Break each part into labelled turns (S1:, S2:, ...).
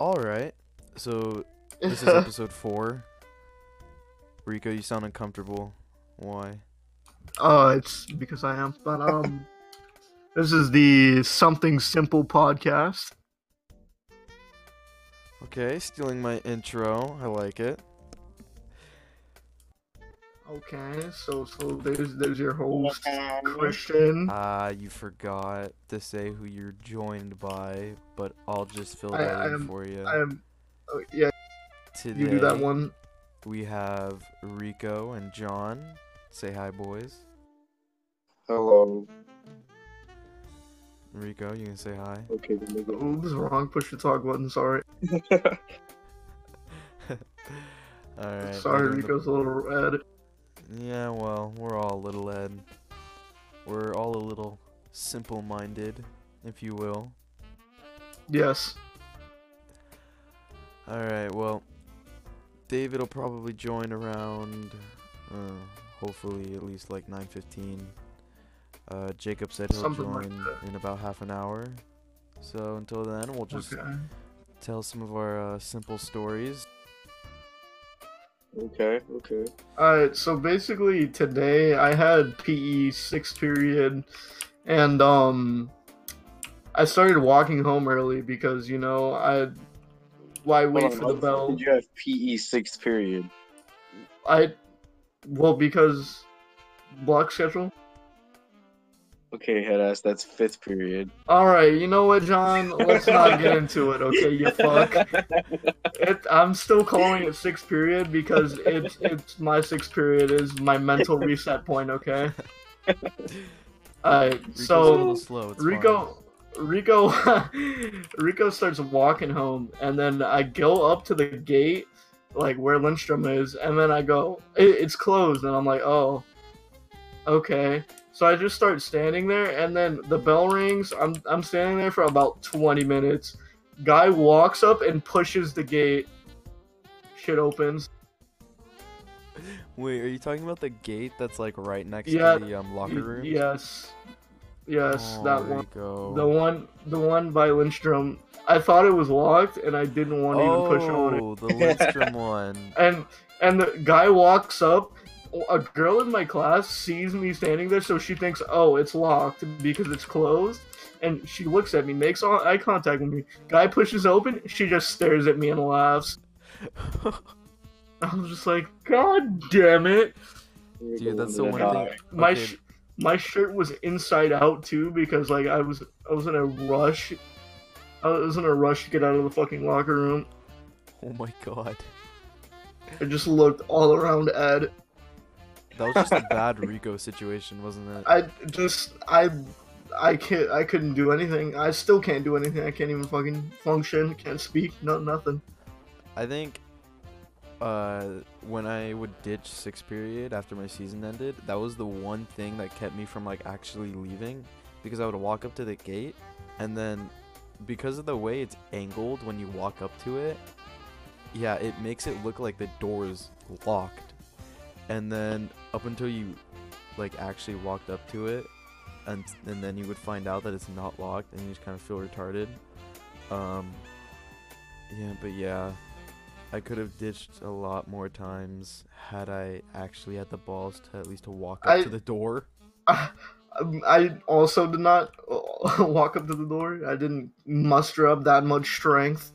S1: All right. So this is episode four. Rico, you sound uncomfortable. Why?
S2: Uh, it's because I am. But um, this is the Something Simple podcast.
S1: Okay, stealing my intro. I like it.
S2: Okay, so so there's there's your host
S3: Uh,
S2: Christian.
S1: Ah, you forgot to say who you're joined by, but I'll just fill
S2: I-
S1: that
S2: I
S1: in
S2: am-
S1: for you.
S2: I am. Oh, yeah,
S1: Today
S2: you do that one.
S1: we have Rico and John. Say hi, boys.
S3: Hello.
S1: Rico, you can say hi.
S3: Okay, then we go.
S2: Oops, Oh, wrong. Push the talk button. Sorry,
S1: All right. we're
S2: sorry.
S1: doing the-
S2: Rico's a little red.
S1: Yeah, well, we're all a little Ed. We're all a little simple minded, if you will.
S2: Yes.
S1: Alright, well, David will probably join around, uh, hopefully, at least like 9.15. Uh, Jacob said he'll
S2: Something like
S1: join in about half an hour. So until then, we'll just
S2: Okay.
S1: tell some of our uh, simple stories.
S3: Okay, okay.
S2: Alright, so basically today I had PE six period and um I started walking home early because you know I why wait
S3: Hold on,
S2: for
S3: why
S2: the
S3: the fuck
S2: bell?
S3: Did you have PE sixth period?
S2: I well because block schedule.
S3: Okay, headass, that's fifth period.
S2: Alright, you know what John? Let's not get into it, okay, you fuck. It, I'm still calling it sixth period because it's it's my sixth period is my mental reset point, okay? Alright,
S1: Rico's a
S2: so
S1: little slow, it's fine.
S2: Rico, Rico, Rico starts walking home, and then I go up to the gate, like where Lindstrom is, and then I go, it, it's closed, and I'm like, oh, okay. So I just start standing there, and then the bell rings. I'm I'm standing there for about 20 minutes. Guy walks up and pushes the gate. Shit opens.
S1: Wait, are you talking about the gate that's like right next
S2: Yeah,
S1: to the um, locker room?
S2: Yes, yes,
S1: Oh,
S2: that
S1: there
S2: one.
S1: you go.
S2: The one, the one by Lindstrom. I thought it was locked, and I didn't want to even push on it.
S1: Oh, the Lindstrom one.
S2: And and the guy walks up. A girl in my class sees me standing there, so she thinks, "Oh, it's locked because it's closed." And she looks at me, makes eye contact with me. Guy pushes open. She just stares at me and laughs. I'm just like, "God damn it!"
S1: Dude, that's the
S3: You're
S1: one
S3: gonna
S1: thing.
S2: My
S1: Okay.
S2: sh- my shirt was inside out too because like I was I was in a rush. I was in a rush to get out of the fucking locker room.
S1: Oh my god.
S2: I just looked all around Ed.
S1: That was just a bad Rico situation, wasn't it?
S2: I just I I can't I couldn't do anything. I still can't do anything. I can't even fucking function. Can't speak. No nothing.
S1: I think uh when I would ditch sixth period after my season ended, that was the one thing that kept me from like actually leaving because I would walk up to the gate and then because of the way it's angled when you walk up to it, yeah, it makes it look like the door is locked. And then up until you like actually walked up to it and and then you would find out that it's not locked and you just kind of feel retarded. Um yeah, but yeah. I could have ditched a lot more times had I actually had the balls to at least to walk up
S2: I-
S1: to the door.
S2: I, I also did not walk up to the door. I didn't muster up that much strength.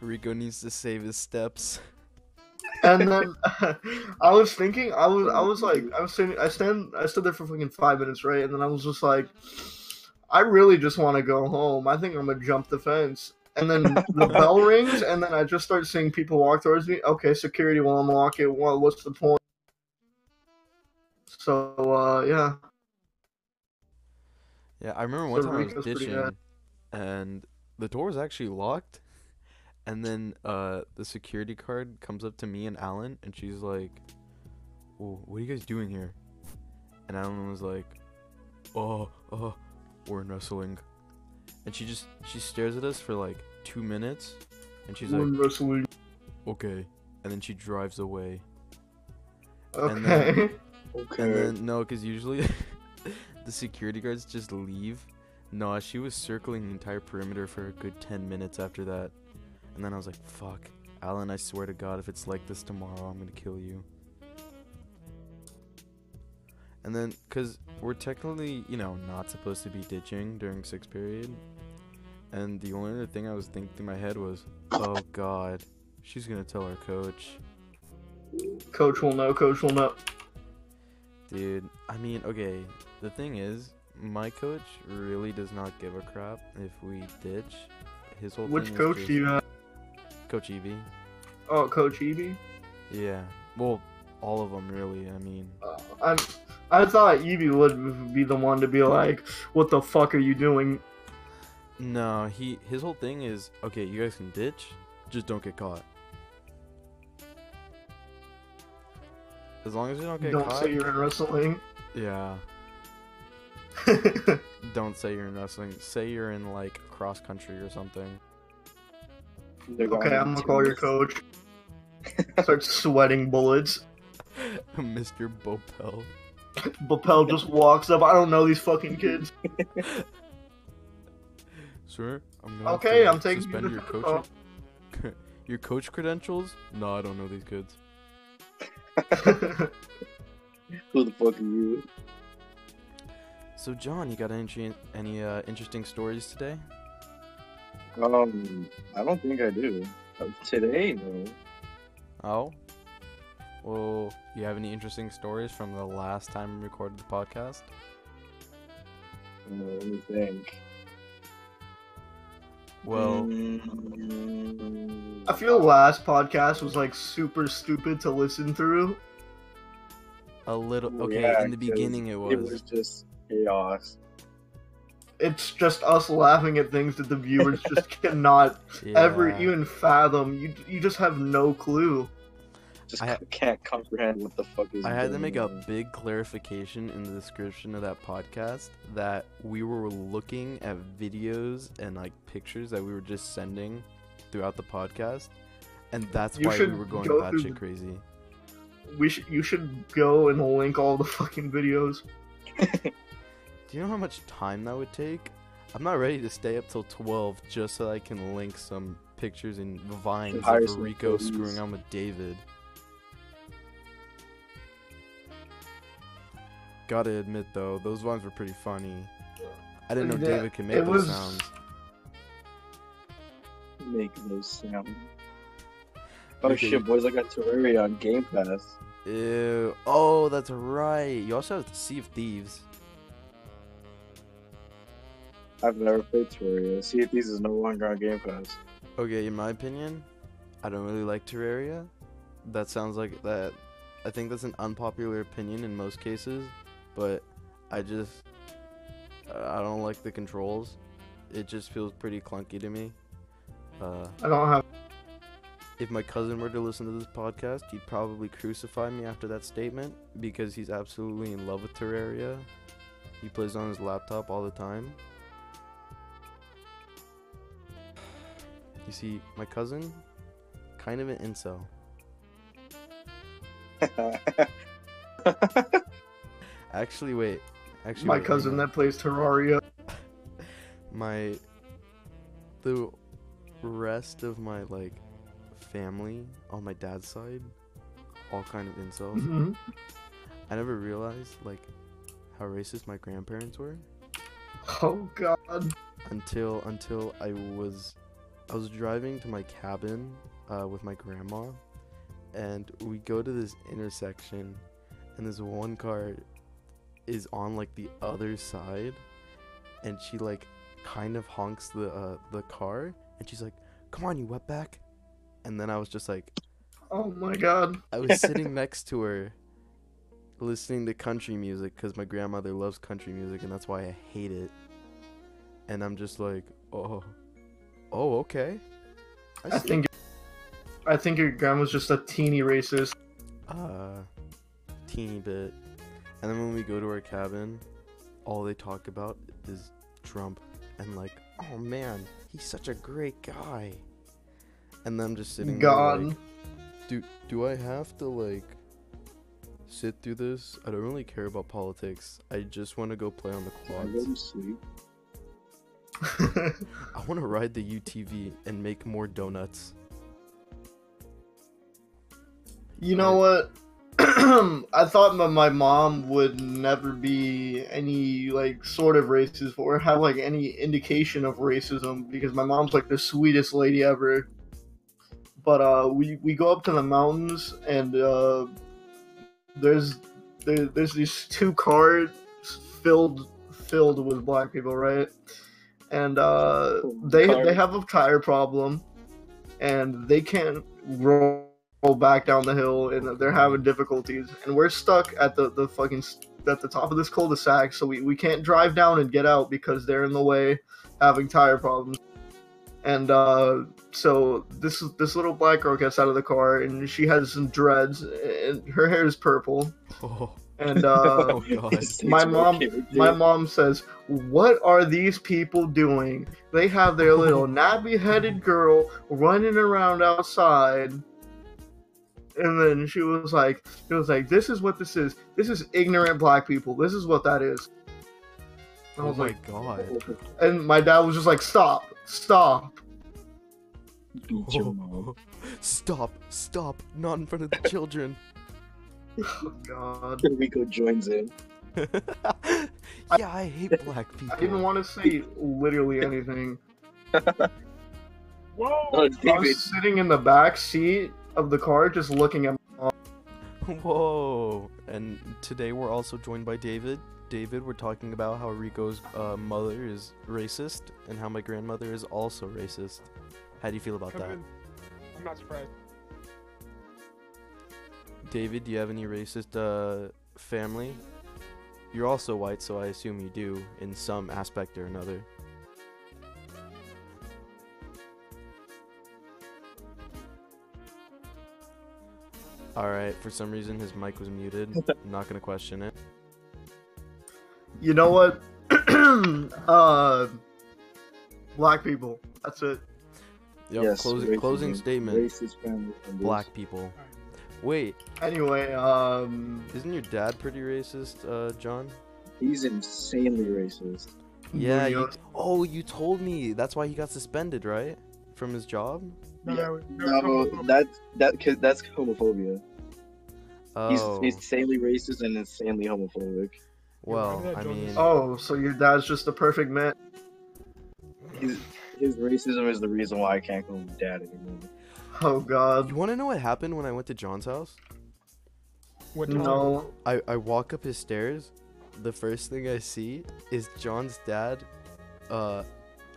S1: Rico needs to save his steps.
S2: And then I was thinking, I was, I was like, I was standing, I stand, I stood there for fucking five minutes, right? And then I was just like, I really just want to go home. I think I'm gonna jump the fence. And then the bell rings, and then I just start seeing people walk towards me. Okay, security will unlock it. Well, what's the point? So uh, yeah,
S1: Yeah, I remember one
S2: So
S1: time I was
S2: Rico's pretty
S1: ditching,
S2: bad.
S1: and the door was actually locked. And then uh, the security guard comes up to me and Alan, and she's like, "Well, what are you guys doing here?" And Alan was like, "Oh, oh, we're in wrestling." And she
S2: Oh,
S1: just she stares at us for like two minutes, and she's like,
S2: wrestling.
S1: okay, and then she drives away. And then-
S2: Okay.
S3: Okay.
S1: And then no, because usually the security guards just leave. No, she was circling the entire perimeter for a good ten minutes after that, and then I was like, "Fuck, Alan, I swear to God, if it's like this tomorrow, I'm gonna kill you." And then, cause we're technically, you know, not supposed to be ditching during sixth period, and the only other thing I was thinking in my head was, "Oh God, she's gonna tell our coach."
S2: coach will know. Coach will know.
S1: Dude, I mean, okay, the thing is, my coach really does not give a crap if we ditch. His whole
S2: Which
S1: thing
S2: coach
S1: is
S2: do you have?
S1: just- Coach Evie.
S2: Oh, Coach Evie.
S1: Yeah. Well, all of them really. I mean,
S2: Uh, I'm. I thought Evie would be the one to be like, "What the fuck are you doing?"
S1: no, he his whole thing is, okay, you guys can ditch, just don't get caught. As long as you don't get
S2: Don't
S1: caught.
S2: say you're in wrestling.
S1: yeah. Don't say you're in wrestling. Say you're in like cross country or something.
S3: They're
S2: Okay,
S3: going
S2: I'm gonna call your
S3: to-
S2: coach. Start sweating bullets.
S1: Mr. Bopel.
S2: Bapel just walks up. I don't know these fucking kids.
S1: Sir, I'm gonna have
S2: Okay,
S1: to
S2: I'm taking you
S1: suspend
S2: to
S1: your
S2: the
S1: coach. your coach credentials? No, I don't know these kids.
S3: Who the fuck are you?
S1: So, John, you got any intre- any uh, interesting stories today?
S3: Um, I don't think I do. Uh, Today, no.
S1: Oh, well, you have any interesting stories from the last time we recorded the podcast?
S3: Uh, let me think.
S1: Well,
S3: Mm,
S2: I feel last podcast was like super stupid to listen through.
S1: a little. Okay,
S3: yeah,
S1: in the
S3: 'cause
S1: beginning it was.
S3: it was just chaos.
S2: It's just us laughing at things that the viewers just cannot ever
S1: Yeah.
S2: even fathom. You you just have no clue.
S3: Just
S1: I ha-
S3: c- can't comprehend what the fuck is.
S1: I had to make a
S3: going on.
S1: big clarification in the description of that podcast that we were looking at videos and like pictures that we were just sending throughout the podcast, and that's
S2: You
S1: why we
S2: should
S1: were going
S2: go
S1: batshit
S2: through the-
S1: crazy.
S2: We sh- you should go and link all the fucking videos.
S1: Do you know how much time that would take? I'm not ready to stay up till 12 just so I can link some pictures and vines
S3: hire
S1: of
S3: some
S1: Rico
S3: police.
S1: screwing on with David. Gotta admit though, those vines were pretty funny. I didn't know
S2: Yeah,
S1: David could make
S2: it
S1: those
S2: was-
S1: sounds.
S3: make those sound. Oh
S1: Okay.
S3: shit, boys! I got Terraria on Game Pass.
S1: Ew. Oh, that's right. You also have to Sea of Thieves.
S3: I've never played Terraria. See if these is no longer on Game Pass.
S1: Okay, in my opinion, I don't really like Terraria. That sounds like that. I think that's an unpopular opinion in most cases, but I just I I don't like the controls. It just feels pretty clunky to me. Uh,
S2: I don't have.
S1: if my cousin were to listen to this podcast, he'd probably crucify me after that statement because he's absolutely in love with Terraria. He plays on his laptop all the time. You see, my cousin, kind of an incel. Actually, wait. Actually,
S2: My
S1: wait, hang
S2: cousin
S1: on.
S2: that plays Terraria.
S1: my the rest of my like family on my dad's side, all kind of incels.
S2: Mhm.
S1: I never realized like how racist my grandparents were
S2: Oh god.
S1: until until I was I was driving to my cabin uh, with my grandma, and we go to this intersection, and this one car is on like the other side, and she like kind of honks the uh, the car, and she's like, "Come on, you wetback," and then I was just like,
S2: Oh my god.
S1: I was sitting next to her, listening to country music because my grandmother loves country music, and that's why I hate it. And I'm just like, oh, oh, okay.
S2: I
S1: see."
S2: think. I think your grandma's just a teeny racist.
S1: uh, teeny bit. And then when we go to our cabin, all they talk about is Trump and like, oh man, he's such a great guy. And then I'm just sitting there like,
S2: God.
S1: do do I have to like sit through this? I don't really care about politics. I just want to go play on the
S3: I go to
S1: quads.
S3: sleep.
S1: I want to ride the UTV and make more donuts.
S2: you know what? I thought my, my mom would never be any like sort of racist or have like any indication of racism because my mom's like the sweetest lady ever. But uh, we we go up to the mountains and uh, there's there, there's these two cars filled filled with black people, right? And uh, they they have a tire problem, and they can't roll back down the hill, and they're having difficulties. And we're stuck at the the fucking s- at the top of this cul-de-sac, so we we can't drive down and get out because they're in the way, having tire problems. And uh, so this this little black girl gets out of the car, and she has some dreads, and her hair is purple,
S1: Oh,
S2: and uh.
S1: oh god.
S3: It's-
S2: my
S3: it's
S2: mom-
S3: okay,
S2: My
S3: dude.
S2: mom says, What are these people doing? They have their little nappy headed girl running around outside. And then she was like, She was like, This is what this is. This is ignorant black people. This is what that is. I
S1: Oh
S2: was
S1: my
S2: like,
S1: god.
S2: And my dad was just like, Stop, stop.
S3: Beat your
S1: Oh.
S3: mom.
S1: Stop, stop, not in front of the children.
S2: Oh, God.
S3: Rico joins in.
S1: yeah, I hate black people.
S2: I didn't want to say literally anything.
S3: Oh,
S2: Whoa! I
S3: David.
S2: was sitting in the back seat of the car just looking at
S1: Whoa! And today we're also joined by David. David, we're talking about how Rico's uh, mother is racist and how my grandmother is also racist. How do you feel about that?
S4: Kevin, I'm not surprised.
S1: David, do you have any racist uh, family? You're also white, so I assume you do in some aspect or another. Alright, for some reason his mic was muted. I'm not gonna question it.
S2: You know what? uh, black people. That's it.
S1: Yep,
S3: yes.
S1: closing,
S3: racism,
S1: closing statement.
S3: Racist family members.
S1: Black people. Wait,
S2: Anyway, um,
S1: isn't your dad pretty racist, uh, John?
S3: He's insanely racist.
S1: Yeah. you-
S2: Munoz-
S1: oh, you told me. That's why he got suspended, right? From his job.
S4: No,
S3: Yeah.
S4: no,
S3: No,
S4: no, no, no.
S3: that that cause that's homophobia.
S1: Oh,
S3: He's insanely racist and insanely homophobic.
S1: well,
S4: that,
S1: I
S4: John?
S1: mean,
S2: Oh, so your dad's just the perfect man.
S3: His his racism is the reason why I can't call him dad anymore.
S2: Oh God,
S1: you want to know what happened when I went to John's house?
S4: What time?
S2: no.
S1: I, I walk up his stairs. The first thing I see is John's dad, uh,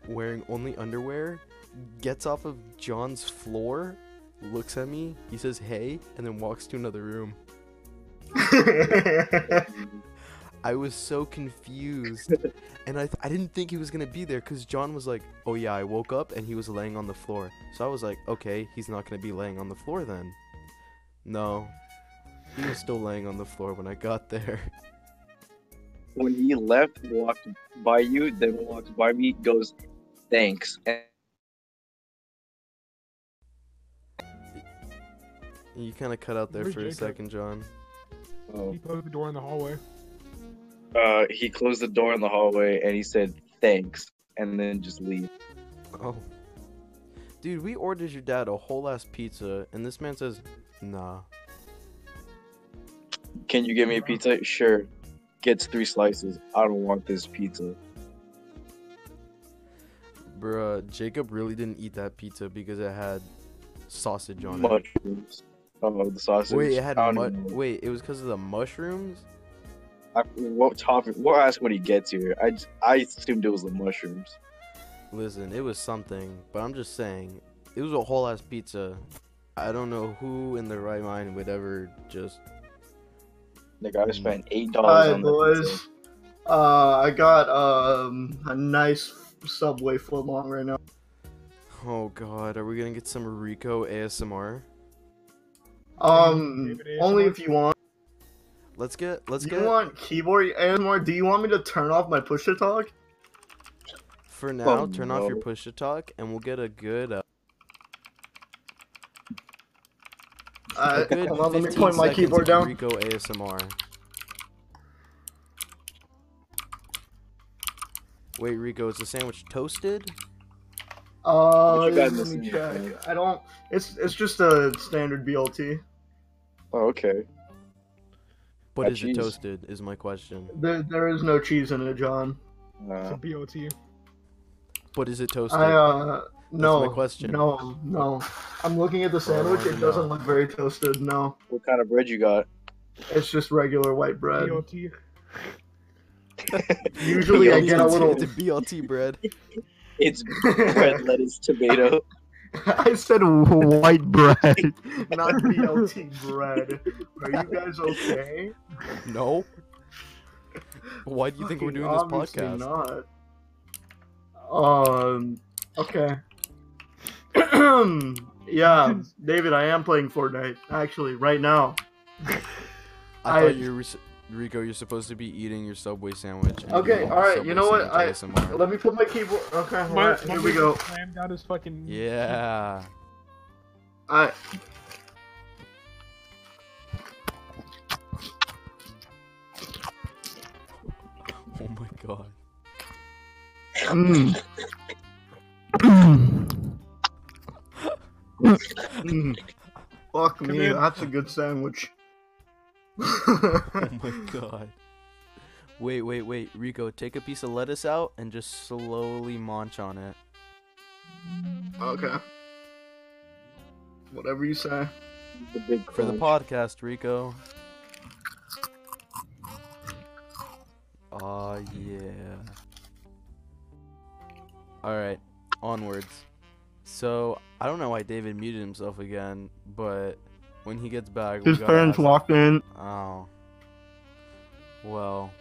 S1: wearing only underwear, gets off of John's floor, looks at me, he says "Hey," and then walks to another room. I was so confused, and I, th- I didn't think he was gonna be there because John was like, "Oh yeah, I woke up and he was laying on the floor." So I was like, "Okay, he's not gonna be laying on the floor then." No, he was still laying on the floor when I got there.
S3: when he left, walked by you, then walked by me, goes, thanks. And
S1: You kind of cut out there
S4: Where's
S1: for a
S4: Jacob?
S1: second, John.
S3: oh,
S4: He closed the door in the hallway.
S3: uh, he closed the door in the hallway and he said, thanks, and then just leave.
S1: Oh, dude, we ordered your dad a whole ass pizza, and this man says, "Nah."
S3: Can you get me a pizza? Sure. Gets three slices. I don't want this pizza.
S1: Bruh, Jacob really didn't eat that pizza because it had sausage on it.
S3: Mushrooms. Oh, the sausage.
S1: Wait, it had
S3: I
S1: mu-
S3: don't even know.
S1: wait, it was because of the mushrooms?
S3: I, what topic? We'll ask when he gets here. I, j- I assumed it was the mushrooms.
S1: Listen, it was something, but I'm just saying, it was a whole ass pizza. I don't know who in their right mind would ever just
S3: Like I spent eight
S2: Mm.
S3: dollars
S2: Hi
S3: on the pizza.
S2: boys. Uh, I got um a nice Subway footlong right now.
S1: Oh god, are we gonna get some Rico ASMR?
S2: Um,
S4: David
S2: only
S4: ASMR?
S2: if you want.
S1: Let's get let's
S2: you
S1: get
S2: want keyboard ASMR? Do you want me to turn off my push to talk?
S1: for now,
S3: Oh,
S1: turn off your
S3: no.
S1: push to talk and we'll get a good uh, A
S2: Uh,
S1: good
S2: hold on, let me
S1: 15
S2: point my
S1: seconds
S2: keyboard
S1: of
S2: down.
S1: Rico ASMR. Wait, Rico, is the sandwich toasted?
S2: Uh,
S3: What you got
S2: let
S3: in this
S2: me
S3: thing?
S2: check. I don't. It's it's just a standard BLT.
S3: Oh, okay.
S1: But
S3: Uh,
S1: is
S3: cheese.
S1: it toasted? Is my question.
S2: There, there is no cheese in it, John.
S4: It's
S3: Uh,
S4: a BOT.
S1: But is it toasted?
S2: I uh no
S1: my question.
S2: no no. I'm looking at the
S1: Well, I
S2: sandwich.
S1: wanna
S2: It doesn't
S1: know.
S2: look very toasted. No,
S3: what kind of bread you got?
S2: it's just regular white bread.
S4: BOT.
S2: Usually I get a little.
S1: The BLT bread.
S3: It's bread, lettuce, tomato.
S2: I said white bread, not BLT bread. Are you guys okay?
S1: No. Why do you think we're
S2: Fucking
S1: doing this
S2: obviously
S1: podcast?
S2: Not. Um. Okay. yeah, David, I am playing Fortnite actually right now.
S1: I,
S2: I-
S1: thought you were, s- Rico. You're supposed to be eating your Subway sandwich. and
S2: Okay,
S1: doing
S2: all right,
S1: Subway
S2: you know what?
S1: sandwich
S2: I-
S1: ASMR.
S2: Let me put my keyboard. Okay, all
S4: My-
S2: right,
S4: my
S2: here we
S4: man
S2: go.
S4: Slammed out his fucking.
S1: Yeah.
S2: I.
S1: Oh my god.
S2: Mm. Mm. Fuck
S4: Come
S2: me,
S4: here.
S2: that's a good sandwich.
S1: Oh my god. Wait, wait, wait, Rico. Take a piece of lettuce out and just slowly munch on it.
S2: okay. Whatever you say.
S3: The big
S1: For the
S3: crunch.
S1: podcast, Rico. Ah, yeah. Alright, onwards. So, I don't know why David muted himself again, but when he gets back, we
S2: His
S1: gotta
S2: parents
S1: ask-
S2: walked in.
S1: Oh. Well,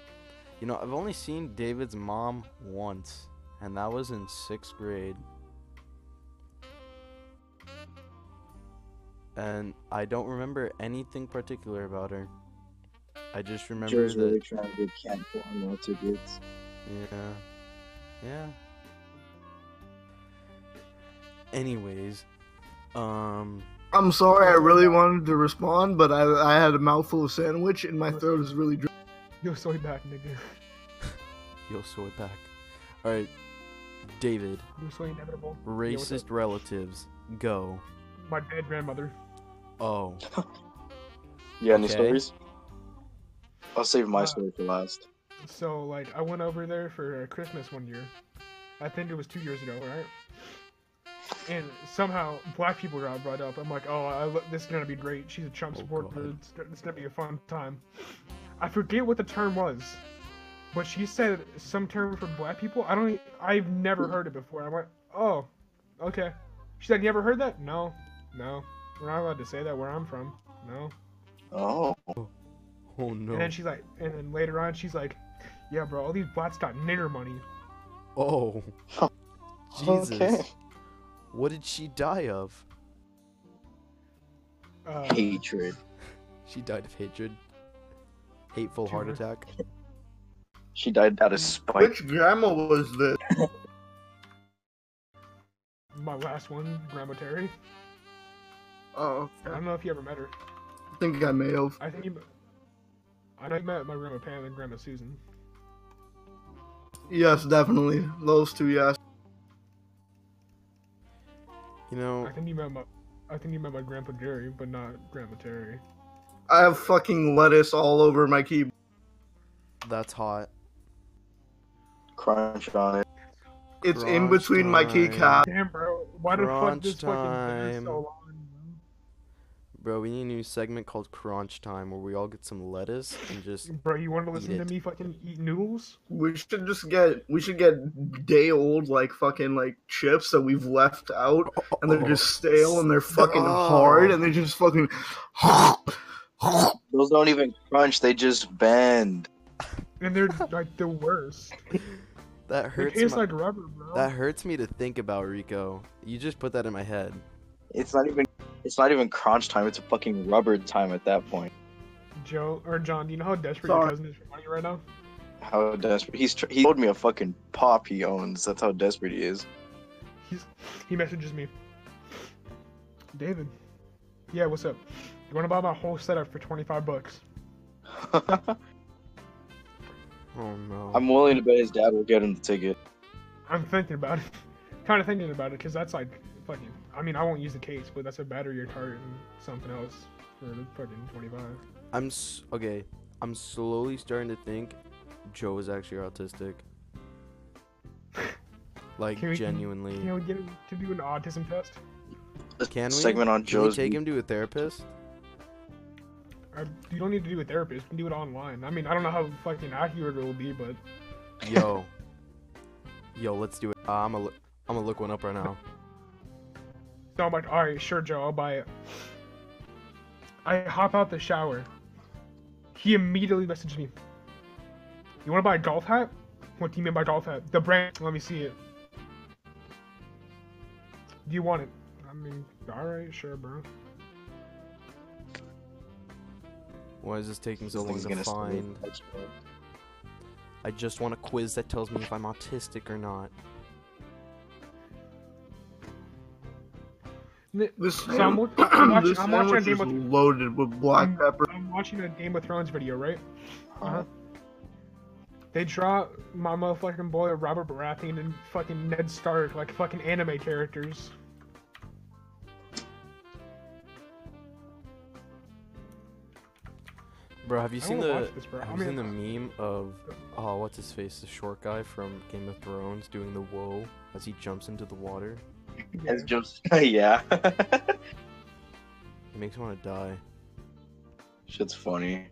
S1: you know, I've only seen David's mom once, and that was in sixth grade. And I don't remember anything particular about her. I just
S3: She
S1: remember
S3: was
S1: that.
S3: really trying to get cat porn lots of kids.
S1: Yeah. Yeah. Anyways, um,
S2: I'm sorry, I really wanted to respond, but I, I had a mouthful of sandwich and my throat is really dry.
S4: Yo, soy back, nigga.
S1: yo, so we're back. Alright, David,
S4: Yo, soy inevitable. Yo, what's up?
S1: racist relatives, go.
S4: My dead grandmother.
S1: Oh.
S3: You got any
S1: Okay.
S3: stories? I'll save my
S4: Uh,
S3: story for last.
S4: So like I went over there for Christmas one year. I think it was two years ago, right? And somehow black people got brought up. I'm like, oh, I lo- this is gonna be great. She's a Trump
S1: Oh,
S4: supporter.
S1: God.
S4: It's, go- it's gonna be a fun time. I forget what the term was, but she said some term for black people. I don't. e- I've never heard it before. I went, oh, okay. She's like, you ever heard that? No, no. We're not allowed to say that where I'm from. No.
S3: Oh,
S1: Oh no.
S4: And then she's like, and then later on, she's like, yeah, bro, all these blacks got nigger money.
S1: oh. Jesus.
S3: okay.
S1: What did she die of?
S4: Uh,
S3: Hatred.
S1: She died of hatred. Hateful heart
S4: Tumor.
S1: attack.
S3: She died out of spite.
S2: Which grandma was this?
S4: my last one, Grandma Terry.
S2: Oh,
S4: I
S2: I
S4: don't know if you ever met her.
S2: think I may have.
S4: I think you. I know you met my grandma Pam and grandma Susan.
S2: Yes, definitely. Those two, yes.
S1: You
S4: I
S1: know,
S4: think you met my. I think you met my grandpa Jerry, but not grandma Terry.
S2: I have fucking lettuce all over my keyboard.
S1: that's hot.
S3: Crunch on it.
S2: It's in
S1: Crunch
S2: between my
S1: time.
S2: keycap.
S4: Damn, bro, why the fuck
S1: Crunch
S4: this fucking thing
S1: time.
S4: so long?
S1: Bro, we need a new segment called Crunch Time where we all get some lettuce and just.
S4: Bro, Bro, you want to listen to
S1: it.
S4: me fucking eat noodles?
S2: We should just get we should get day old like fucking like chips that we've left out and
S1: Oh,
S2: they're just stale and they're fucking
S1: stop.
S2: hard and they just fucking
S3: Those don't even crunch, they just bend.
S4: And they're like the worst.
S1: That
S4: They
S1: hurts.
S4: taste
S1: my-
S4: like rubber, bro.
S1: That hurts me to think about, Rico. You just put that in my head.
S3: It's not even it's not even crunch time, it's fucking rubber time at that point.
S4: Joe or John, do you know how desperate your
S2: Sorry.
S4: cousin is for money right now?
S3: How desperate he's tr- he owed me a fucking pop he owns. That's how desperate he is.
S4: He's he messages me. David, yeah, what's up? You want to buy my whole setup for 25 bucks?
S1: Oh no.
S3: I'm willing to bet his dad will get him the ticket.
S4: I'm thinking about it. kind of thinking about it because that's like fucking. I mean, I won't use the case, but that's a battery or target and something else for the fucking 25.
S1: I'm s- okay. I'm slowly starting to think Joe is actually autistic. Like
S4: Can we-
S1: genuinely.
S4: You know, get him to do an autism test.
S1: Can we?
S3: segment on
S1: Can we
S3: Joe's
S1: take him to a therapist?
S4: Or you don't need to do a therapist. You can do it online. I mean, I don't know how fucking accurate it will be, but
S1: Yo. Yo, let's do it. Uh, I'm gonna I'm gonna look one up right now.
S4: So I'm like, all right, sure, Joe, I'll buy it. I hop out the shower. He immediately messaged me. You want to buy a golf hat? What do you mean by golf hat? The brand. Let me see it. Do you want it? I mean, all right, sure, bro.
S1: Why is this taking
S3: This
S1: so long
S3: thing's
S1: to
S3: gonna sell me
S1: find?
S3: next month.
S1: I just want a quiz that tells me if I'm autistic or not.
S4: N-
S2: This
S4: So I'm wa- I'm watching-
S2: this
S4: I'm watching a
S2: sandwich
S4: game
S2: is
S4: with-
S2: loaded with black
S4: I'm-
S2: pepper.
S4: I'm watching a Game of Thrones video, right? Uh-huh.
S3: Uh,
S4: They draw my motherfucking boy Robert Baratheon and fucking Ned Stark like fucking anime characters.
S1: Bro, have you
S4: I
S1: seen
S4: wanna
S1: the
S4: watch this, bro. I
S1: have you seen the
S4: mean-
S1: meme of oh what's his face the short guy from Game of Thrones doing the whoa as he jumps into the water?
S4: Yeah.
S3: As Joe's, yeah,
S1: It makes me want to die.
S3: shit's funny.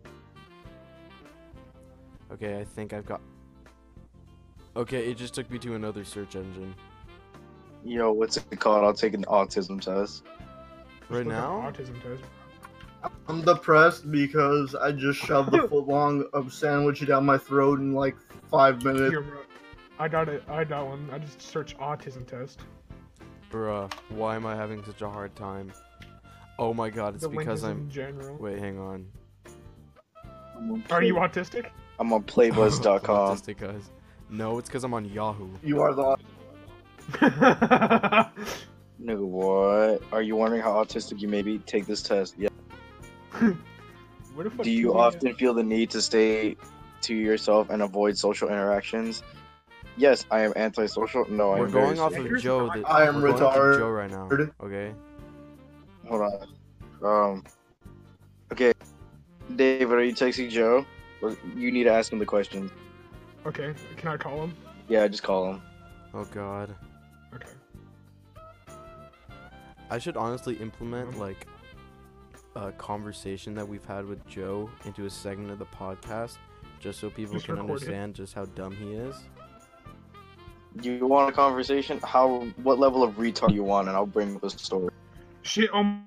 S1: Okay, I think I've got. Okay, it just took me to another search engine.
S3: Yo, what's it called? I'll take an autism test.
S1: Right
S4: Look up
S1: now?
S4: Autism test.
S2: I'm depressed because I just shoved a foot long of sandwich down my throat in like five minutes.
S4: Here, bro. I got it. I got one. I just searched autism test.
S1: Bruh, why am I having such a hard time? Oh my god, it's
S4: The link
S1: because
S4: is in
S1: I'm.
S4: general.
S1: Wait, hang on.
S3: I'm on,
S4: Are
S3: play-
S4: you autistic?
S3: I'm on playbuzz.com.
S1: Autistic guys. No, it's because I'm on Yahoo.
S2: You are the
S3: Nigga, what? Are you wondering how autistic you may be? Take this test. Yeah.
S4: Where the fuck
S3: Do you
S4: we-
S3: often feel the need to stay to yourself and avoid social interactions? Yes, I am antisocial. No, I
S1: We're
S3: am
S1: going
S3: very
S1: off
S3: social.
S1: of
S4: Here's
S1: Joe.
S4: my-
S1: That,
S2: I am
S1: we're going off of
S2: retarded.
S1: Joe right now. Okay.
S3: Hold on. Um. Okay, David, are you texting Joe? Or You need to ask him the question.
S4: Okay. Can I call him?
S3: Yeah, just call him.
S1: Oh god.
S4: Okay.
S1: I should honestly
S4: Mm-hmm.
S1: implement like a conversation that we've had with Joe into a segment of the podcast, just so people
S4: Just
S1: can
S4: record it.
S1: understand just how dumb he is.
S3: You want a conversation? How? What level of retard you want? And I'll bring up a story.
S4: Shit. Um.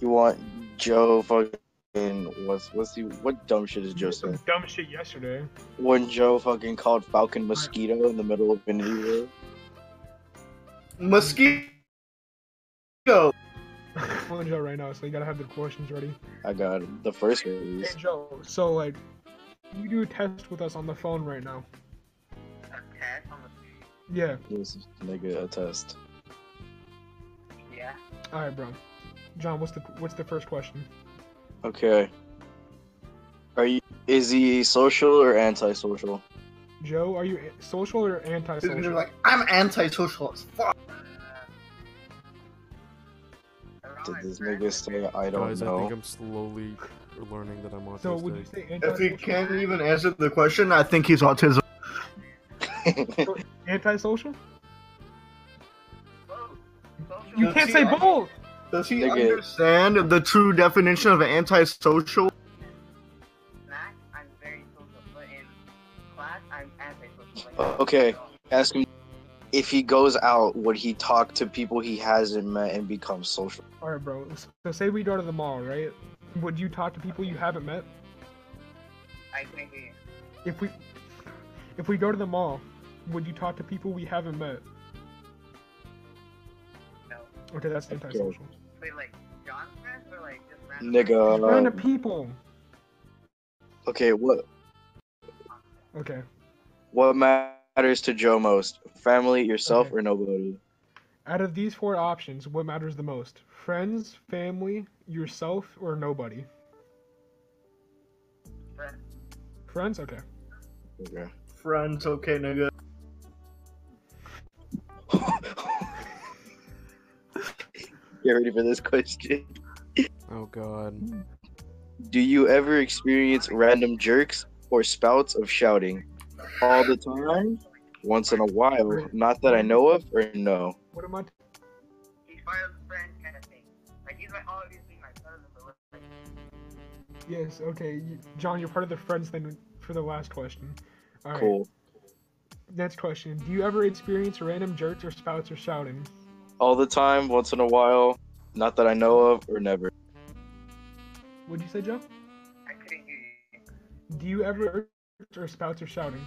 S3: You want Joe fucking what's what's the what dumb shit is Joe saying?
S4: Some dumb shit yesterday.
S3: When Joe fucking called Falcon mosquito in the middle of Infinity War.
S2: mosquito.
S4: I'm calling Joe right now, so you gotta have the questions ready.
S3: I got it. the first
S4: Hey
S3: release.
S4: Joe. So like, you do a test with us on the phone right now.
S5: a test on the
S4: Yeah.
S3: This nigga a test.
S5: yeah.
S4: All right, bro. John, what's the what's the first question?
S3: Okay. Are you is he social or antisocial?
S4: Joe, are you a- social or
S2: They're
S4: antisocial?
S2: like, I'm antisocial as fuck.
S3: Did this nigga say I don't
S1: Guys, I think
S3: know?
S1: I'm slowly learning that I'm autistic.
S4: so would you say
S2: If he
S4: antisocial?
S2: can't even answer the question, I think he's autism.
S4: Antisocial?
S2: You
S4: You
S2: Does
S4: can't
S2: he
S4: say
S2: like-
S4: both.
S2: Does he
S3: Nigga.
S2: understand the true definition of antisocial?
S5: Math, I'm very social, but in class, I'm antisocial.
S3: Uh, okay. Ask him if he goes out, would he talk to people he hasn't met and become social?
S4: All right, bro. So say we go to the mall, right? Would you talk to people you haven't met?
S5: I can hear you.
S4: If we if we go to the mall, would you talk to people we haven't met?
S5: No.
S4: Okay, that's antisocial.
S5: Wait, like, John's friends or like just random?
S3: Nigga. um,
S4: Random people.
S3: Okay, what
S4: Okay.
S3: What matters to Joe most? Family, yourself,
S4: Okay.
S3: or nobody?
S4: Out of these four options, what matters the most? Friends, family, yourself, or nobody?
S5: Friends.
S4: Friends? Okay.
S3: Okay.
S2: Friends, okay, nigga.
S3: Get ready for this question.
S1: Oh god.
S4: Mm-hmm.
S3: Do you ever experience random jerks or spouts of shouting? All the time? Once in a while? Not that I know of, or no?
S4: What am I?
S5: He's part of the friend kind of thing. Like he's like obviously my cousin, but we're like
S4: yes. Okay, you- John, you're part of the friends thing for the last question. All right.
S3: Cool.
S4: Next question. Do you ever experience random jerks or spouts or shouting?
S3: All the time? Once in a while? Not that I know of, or never?
S4: What'd you say, Joe?
S5: I couldn't hear you.
S4: Do you ever or spouts are shouting?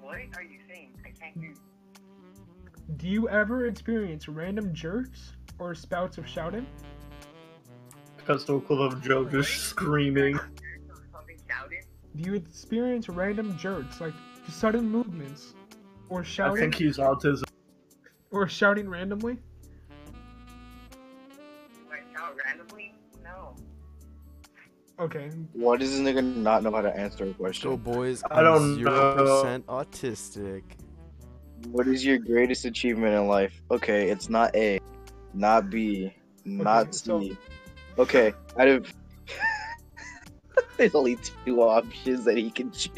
S5: What are you saying? I can't hear. you.
S4: Do you ever experience random jerks or spouts of shouting?
S2: Pistol Club Joe just screaming.
S5: Something shouted.
S4: Do you experience random jerks like sudden movements or
S2: I
S4: shouting
S2: think he's autism.
S4: or shouting randomly?
S5: Like shout randomly? No.
S4: Okay.
S3: Why does this nigga not know how to answer a
S1: Go
S3: question?
S1: boys.
S2: I don't
S1: zero
S2: know.
S1: percent autistic.
S3: What is your greatest achievement in life? Okay, it's not A, not B, not
S4: Okay,
S3: C.
S4: so-
S3: Okay, out of there's only two options that he can choose.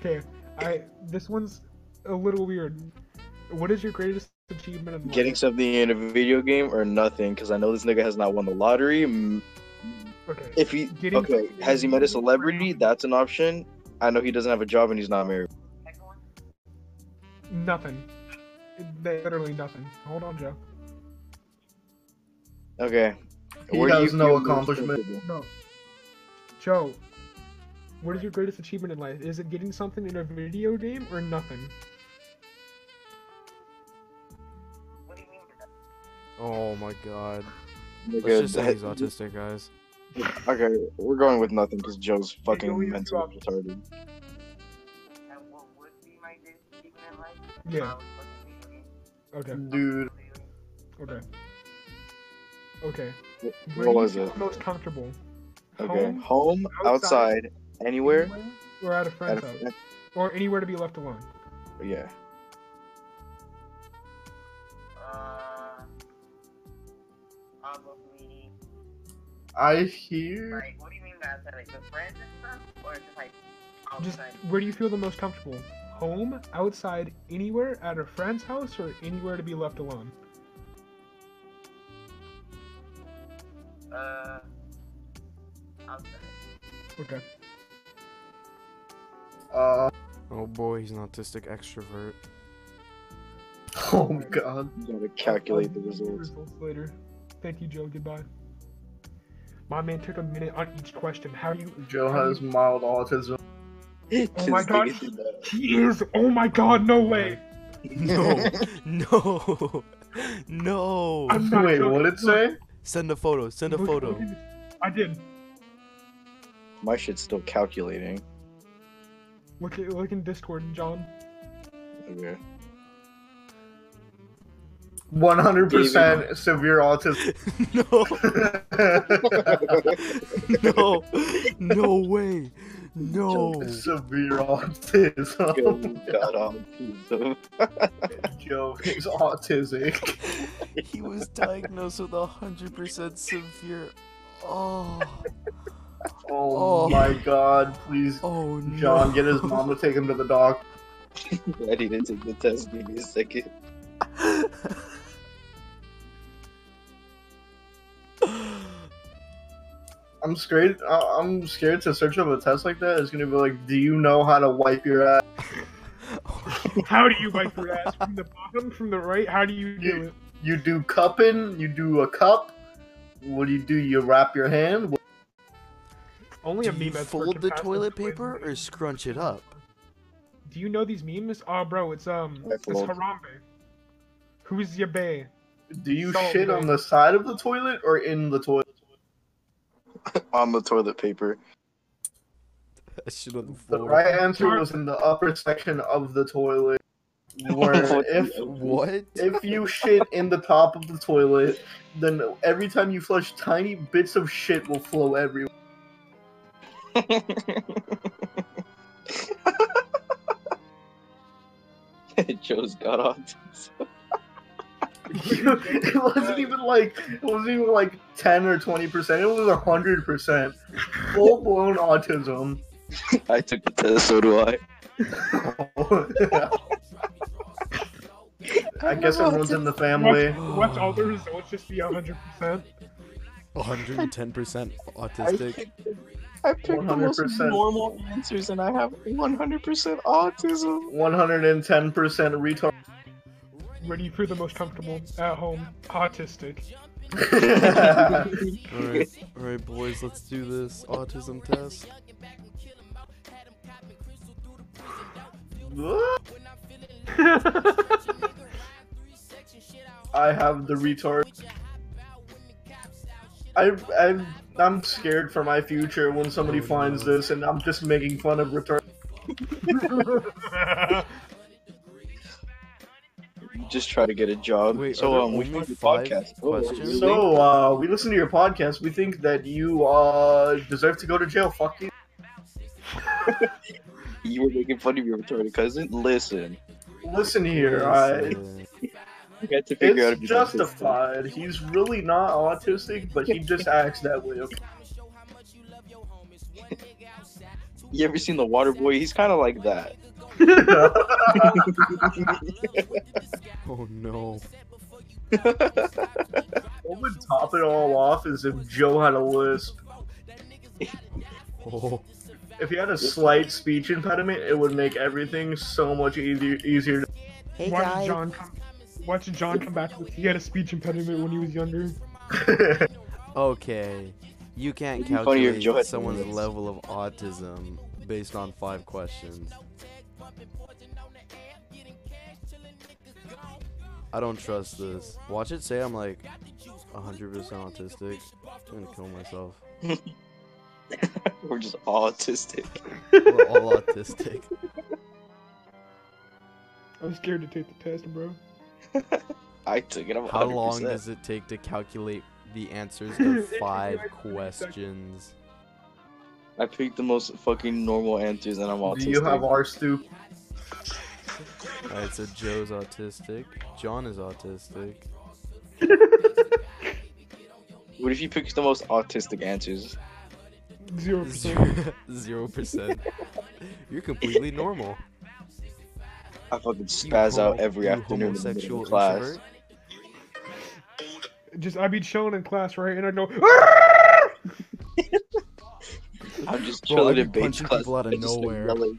S4: Okay. I this one's a little weird. What is your greatest achievement of life?
S3: Getting something in a video game or nothing, because I know this nigga has not won the lottery. Mm,
S4: okay.
S3: If he
S4: Getting
S3: okay,
S4: something-
S3: has he met a celebrity? That's an option. I know he doesn't have a job and he's not married.
S5: Second one?
S4: Nothing. Literally nothing. Hold on, Joe.
S3: Okay.
S2: He
S3: do
S2: has no
S3: feel most
S2: accomplishment.
S3: comfortable?
S4: No. Joe, what is your greatest achievement in life? Is it getting something in a video game or nothing?
S5: What do you mean by that?
S1: Oh my god.
S3: Nigga,
S1: Let's just say
S3: that-
S1: he's autistic, guys.
S3: Okay, we're going with nothing because Joe's fucking
S4: only have two
S3: mentally
S4: options.
S3: retarded.
S5: That what would be my achievement in life?
S4: Yeah.
S5: Probably fucking video games.
S2: Dude,
S4: Okay.
S5: Video games.
S4: Okay. Okay.
S3: Wh-
S4: Where
S3: What
S4: do you
S3: was
S4: feel
S3: it?
S4: most comfortable?
S3: Okay,
S4: Home,
S3: home,
S4: outside,
S3: outside, anywhere.
S4: Or at a
S3: At
S4: friend's
S3: a- Oh,
S4: house? Or anywhere to be left alone?
S3: yeah.
S5: Uh, probably.
S2: I hear.
S5: Like, what do you mean by outside? Like the friends and stuff, or just like
S4: Just
S5: outside?
S4: where do you feel the most comfortable? Home, outside, anywhere, at a friend's house, or anywhere to be left alone?
S5: Uh, outside.
S4: Okay.
S2: Uh,
S1: Oh boy, he's an autistic extrovert.
S2: oh my god.
S3: You gotta calculate the
S4: I'll give you
S3: results.
S4: later. Thank you, Joe. Goodbye. My man took a minute on each question. How do you?
S2: Joe has mild autism.
S4: Oh my
S3: This nigga
S4: God.
S3: did that.
S4: He is. Oh my God! No way.
S1: No, no, no.
S4: I'm not
S2: Wait,
S4: joking.
S2: what did it say?
S1: Send a photo. Send a
S4: Look-
S1: photo.
S4: look at this. I did.
S3: My shit's still calculating.
S4: Look at look in Discord, John.
S3: Okay.
S2: 100% severe autism.
S1: no, no, no way, no.
S2: severe autism.
S3: Good God, I'm pleased.
S2: Joe is autistic.
S1: He was diagnosed with a hundred percent severe. Oh,
S2: Oh,
S1: Oh.
S2: my god, please.
S1: oh no.
S2: John, get his mom to take him to the doc.
S3: I need to take the test. Give me a second.
S2: I'm scared. I- I'm scared to search up a test like that. It's gonna be like, do you know how to wipe your ass?
S4: How do you wipe your ass from the bottom, from the right? How do you do it?
S2: You do cupping. You do a cup. What do you do? You wrap your hand. What-
S4: Only
S1: Do
S4: a meme
S1: you
S4: expert
S1: fold
S4: can
S1: the
S4: pass
S1: toilet
S4: quiz.
S1: paper or scrunch it up?
S4: Do you know these memes? Oh, bro, it's um,
S3: I
S4: it's
S3: fold.
S4: Harambe. Who's your bae?
S2: Do you
S4: So-
S2: shit on the side of the toilet or in the toilet?
S3: On the toilet paper.
S1: That shit on the
S2: The
S1: floor.
S2: right answer was in the upper section of the toilet. where if
S1: What?
S2: if you shit in the top of the toilet, then every time you flush, tiny bits of shit will flow everywhere.
S3: Joe's got autism.
S2: it wasn't even like it wasn't even like ten or twenty percent. It was hundred percent, full blown autism.
S3: I took the test, so do I.
S2: I guess everyone's in the family.
S4: Watch all the results just be 100%.
S1: 110%
S3: I
S1: autistic.
S3: picked, I picked the most
S2: 100%.
S3: normal answers, and I have 100% autism.
S2: One hundred and ten percent retard.
S4: Where do you feel the most comfortable? At home. Autistic.
S1: Alright, alright, boys, let's do this autism test.
S2: I have the retard. I, I, I'm scared for my future when somebody
S1: Oh,
S2: finds
S1: no.
S2: this and I'm just making fun of retard.
S3: Just try to get a job.
S1: Wait, are
S3: so
S1: there
S3: um, we
S1: only
S3: found your
S1: five
S3: podcast. Oh,
S1: questions?
S3: really?
S2: So, uh, we listen to your podcast. We think that you, uh, deserve to go to jail. Fuck you.
S3: you were making fun of your retarded cousin. Listen,
S2: Listen here, I.
S1: Listen.
S3: you had to figure out if
S2: It's
S3: you're
S2: justified. He's really not autistic, but he just acts that way. okay?
S3: autistic. You ever seen the Water Boy? He's kind of like that.
S1: Oh no.
S2: what would top it all off is if Joe had a lisp.
S1: Oh.
S2: If he had a slight speech impediment, it would make everything so much easier. Easier.
S6: Hey
S4: watch
S6: guys.
S4: John come. Watch John come back. with- He had a speech impediment when he was younger.
S2: To...
S1: Okay. You can't
S3: It'd be funnier if
S1: calculate
S3: Joe had
S1: someone's
S3: twins.
S1: level of autism based on five questions. I don't trust this. Watch it say I'm like 100% autistic. I'm gonna kill myself.
S3: We're just all autistic.
S1: We're all autistic.
S4: I'm scared to take the test, bro.
S3: I took it. I'm
S1: How long
S3: 100%.
S1: does it take to calculate the answers to
S4: It takes
S1: five
S4: like thirty
S1: questions?
S3: I picked the most fucking normal answers, and I'm autistic.
S2: Do you have R stoop?
S1: Alright, so Joe's autistic. John is autistic.
S3: What if you picked the most autistic answers?
S4: Zero percent.
S1: Zero- Zero percent. You're completely normal.
S3: I fucking
S1: You
S3: spaz
S1: homo-
S3: out every
S1: you
S3: afternoon in the middle
S1: Homosexual
S3: of class.
S1: introvert.
S4: Just I be chilling in class, right? And I go. Oh
S3: I'm just
S1: Bro, I'd
S3: chilling
S1: be
S3: in bench
S1: punching
S3: class.
S1: people out of
S3: I just start
S1: nowhere.
S3: yelling.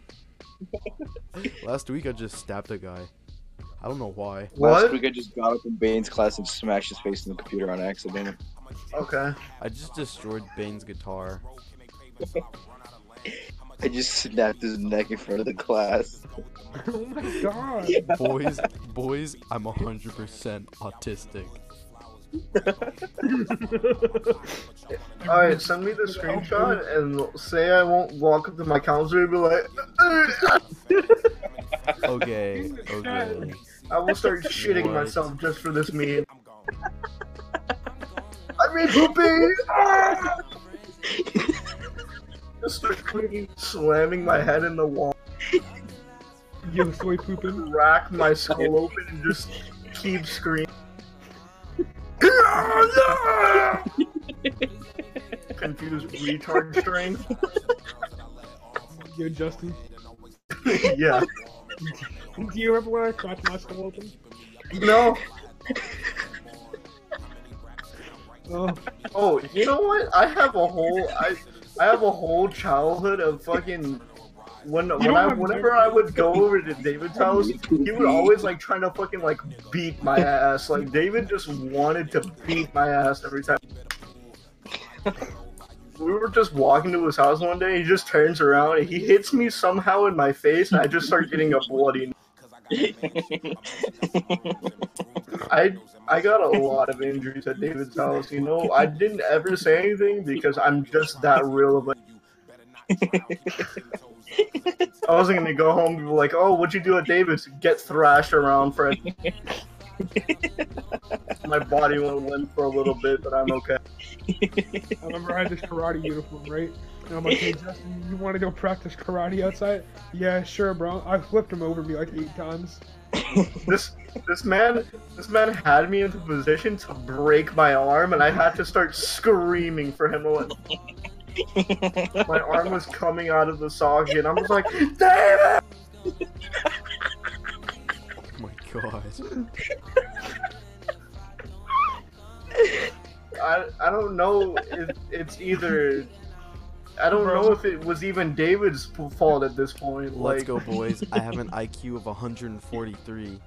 S1: Last week I just stabbed a guy. I don't know why.
S3: Last
S2: What?
S3: week I just got up in Bane's class and smashed his face in the computer on accident.
S2: Okay.
S1: I just destroyed Bane's guitar.
S3: I just snapped his neck in front of the class.
S4: oh my god.
S1: Boys, boys, I'm 100% autistic.
S2: All right. Send me the screenshot and say I won't walk up to my counselor and be like,
S1: Okay, okay.
S2: I will start shitting
S1: What?
S2: myself just for this meme. I mean pooping. Ah! Just start fucking slamming my head in the wall,
S4: Yo, soy pooping.
S2: rack my skull open, and just keep screaming. Confused retard strength.
S4: Yo, Justin.
S2: yeah.
S4: Do you remember when I cracked my skull open?
S2: No.
S4: Oh,
S2: Oh, you know what? I have a whole I I have a whole childhood of fucking when when
S4: don't
S2: I
S4: have
S2: whenever I would go over to David's house, he would always like trying to fucking like beat my ass. Like David just wanted to beat my ass every time. We were just walking to his house one day. He just turns around and he hits me somehow in my face, and I just start getting a bloody. I I got a lot of injuries at David's house. You know, I didn't ever say anything because I'm just that real of a I wasn't gonna go home and be like, "Oh, what'd you do at Davis? Get thrashed around for." A- My body went limp for a little bit, but I'm okay.
S4: I remember I had this karate uniform, right? And I'm like, hey, Justin, you want to go practice karate outside? Yeah, sure, bro. I flipped him over me like eight times.
S2: This this man this man had me into position to break my arm, and I had to start screaming for him to let My arm was coming out of the socket, and I was like, "Damn it!"
S1: Oh my god.
S2: I, I don't know. If it's either. I don't
S4: Bro.
S2: know if it was even David's p- fault at this point.
S1: Let's
S2: Like,
S1: go, boys. I have an IQ of 143.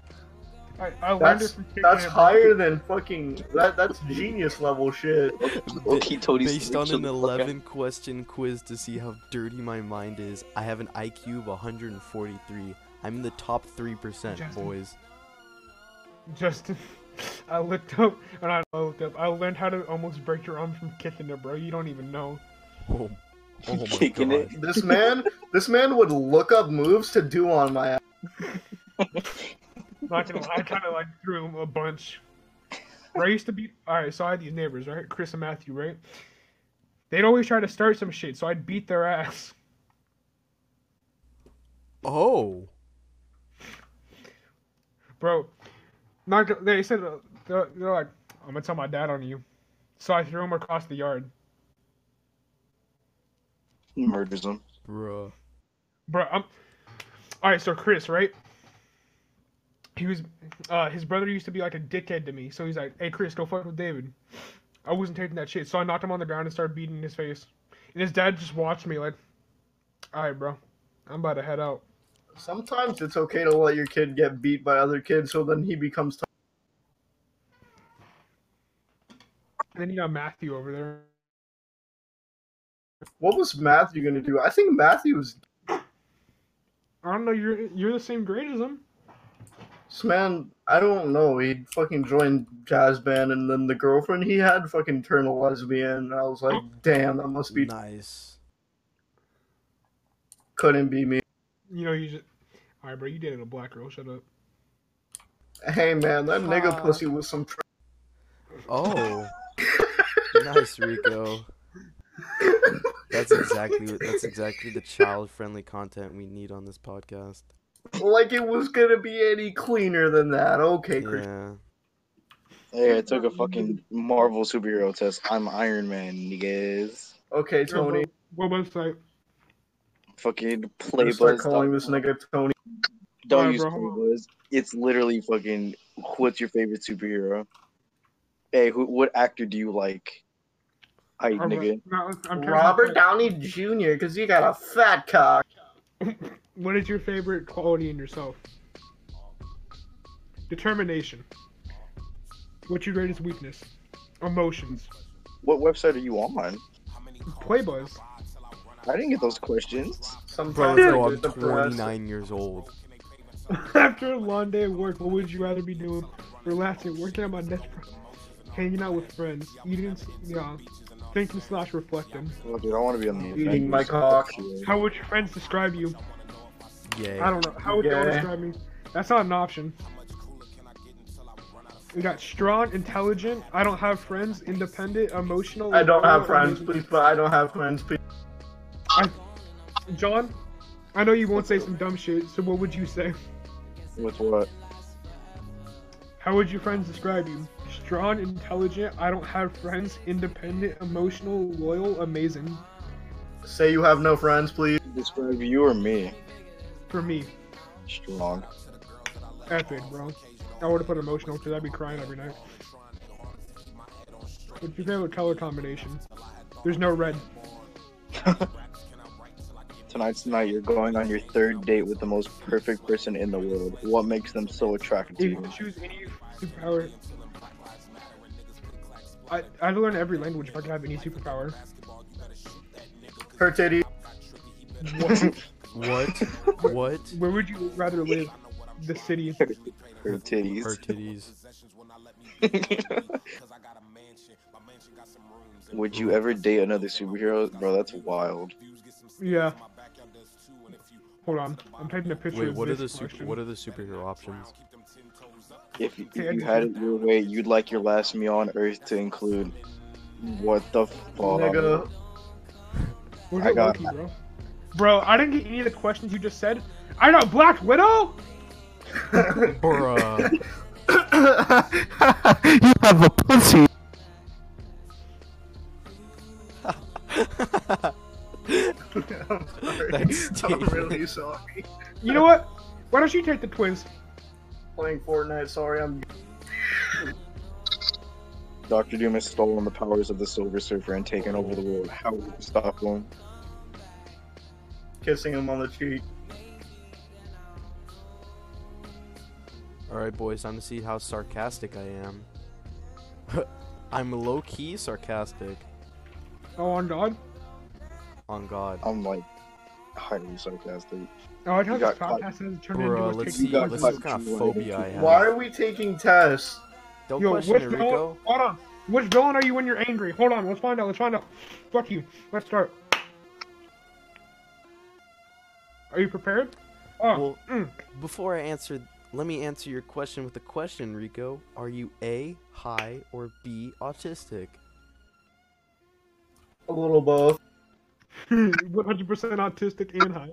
S4: I, I learned
S2: that's
S4: it from
S2: that's
S4: Kickland, bro.
S2: higher than fucking that. That's genius level shit.
S3: Okay, Tony.
S1: Based on
S3: shut
S1: an
S3: the fuck up.
S1: 11 question quiz to see how dirty my mind is, I have an IQ of 143. I'm in the top 3%,
S4: Justin.
S1: boys.
S4: Justin, I looked up and I I looked up. I learned how to almost break your arm from kicking it, bro. You don't even know.
S1: Oh, oh my
S3: Kicking
S1: god.
S3: it.
S2: This man, this man would look up moves to do on my ass.
S4: Not gonna lie, I kind of like threw him a bunch. Bro, I used to be. All right, so I had these neighbors, right? Chris and Matthew, right? They'd always try to start some shit, so I'd beat their ass.
S1: Oh.
S4: bro. Not go- they said uh, they're, they're like, I'm gonna tell my dad on you. So I threw him across the yard,
S3: He murders him.
S1: Bruh.
S4: bro. I'm all right. So Chris, right? He was, uh, his brother used to be like a dickhead to me. So he's like, Hey, Chris, go fuck with David. I wasn't taking that shit, so I knocked him on the ground and started beating his face. And his dad just watched me like, All right, bro, I'm about to head out.
S2: Sometimes it's okay to let your kid get beat by other kids, so then he becomes. tough.
S4: And then you got Matthew over there.
S2: what was Matthew gonna do? I think Matthew was.
S4: I don't know. You're you're the same grade as him.
S2: This man, I don't know. He fucking joined jazz band, and then the girlfriend he had fucking turned a lesbian. And I was like, damn, that must be
S1: Nice.
S2: couldn't be me.
S4: You know, you just. All right, bro, you dated a black girl. Shut up.
S2: Hey man, that nigga
S1: Fuck.
S2: pussy was some. Tr-
S1: Oh. nice, Rico. That's exactly that's exactly the child-friendly content we need on this podcast.
S2: like it was gonna be any cleaner than that. Okay, Chris.
S1: Yeah.
S3: Hey, I took a fucking Marvel superhero test. I'm Iron Man, niggas.
S2: Okay, Tony.
S4: What website?
S3: Fucking
S2: I'm
S3: play
S2: gonna start
S3: buzz.
S2: calling this nigga Tony.
S3: Don't
S4: Alright,
S3: use
S4: bro,
S3: play
S4: hold
S3: buzz. It's literally fucking. What's your favorite superhero? Hey, who? What actor do you like? Height,
S4: Alright,
S3: nigga.
S4: no, I'm trying to-
S2: Robert Downey Jr. because he got a fat cock.
S4: What is your favorite quality in yourself? Determination. What's your greatest weakness? Emotions.
S3: What website are you on?
S4: Playbuzz.
S3: I didn't get those questions.
S1: Bro,
S2: Sometimes I
S1: no, I'm
S2: get depressed.
S1: 29 years old.
S4: After a long day at work, what would you rather be doing? Relaxing, working on my desk, hanging out with friends, eating, yeah, thinking slash reflecting.
S3: Look, I want to be on the.
S2: Eating
S3: Avengers.
S2: my cock.
S4: How would your friends describe you?
S1: Yay.
S4: I don't know. How would y'all
S2: Yeah.
S4: describe me? That's not an option. We got strong, intelligent. I don't have friends. Independent, emotional.
S2: I don't have
S4: liberal,
S2: friends, please, but I don't have friends, please.
S4: amazing. John, I know you won't say some dumb shit. So what would you say?
S3: With what?
S4: How would your friends describe you? Strong, intelligent. I don't have friends. Independent, emotional, loyal, amazing.
S2: Say you have no friends, please.
S3: Describe you or me?
S4: For me,
S3: Strong.
S4: epic, bro. I would have put emotional because I'd be crying every night. What's your favorite color combination? There's no red.
S3: Tonight's the night you're going on your third date with the most perfect person in the world. What makes them so attractive to
S4: If you
S3: you?
S4: could choose any superpower, I I'd learn every language if I could have any superpower.
S2: Her titty.
S1: What? What?
S4: Where would you rather live? The city.
S3: Her titties.
S1: Her titties.
S3: Would you ever date another superhero? Bro, that's wild.
S4: Yeah. Hold on, I'm taking a picture.
S1: Wait,
S4: of
S1: what are
S4: this
S1: the super,
S4: collection.
S1: what are the superhero options?
S3: If, if you had it your way, you'd like your last meal on Earth to include. What the fuck?
S2: Nigga,
S4: We're
S3: I
S4: not
S3: got-
S4: lucky, bro. Bro, I didn't get any of the questions you just said. I know Black Widow.
S1: Bruh.
S6: you have a pussy.
S2: I'm sorry.
S1: That's
S2: I'm
S1: deep.
S2: really sorry.
S4: You know what? Why don't you take the twins?
S2: Playing Fortnite. Sorry, I'm.
S3: Doctor Doom has stolen the powers of the Silver Surfer and taken over the world. How will we stop him?
S2: kissing him on the cheek.
S1: All right, boys, time to see how sarcastic I am. I'm low key sarcastic.
S4: Oh, on God.
S1: On God.
S3: I'm like highly sarcastic.
S4: Oh, I how
S3: You
S4: this
S3: got caught.
S4: podcast has turned into
S1: Bro,
S4: us
S1: uh, let's
S4: taking
S1: see.
S3: got
S1: Let's see
S3: fucked
S1: what kind
S3: too,
S1: of phobia I
S3: right?
S1: have.
S2: Why are we taking tests?
S1: Don't
S4: Yo,
S1: question
S4: which
S1: it,
S4: villain-
S1: Rico.
S4: Hold on. Which villain are you when you're angry? Hold on. Let's find out. Let's find out. Fuck you. Let's start. Are you prepared? Oh,
S1: Well-
S4: mm.
S1: Before I answer, let me answer your question with a question, Rico. Are you A, high, or B, autistic?
S2: A little both.
S4: 100% autistic and high.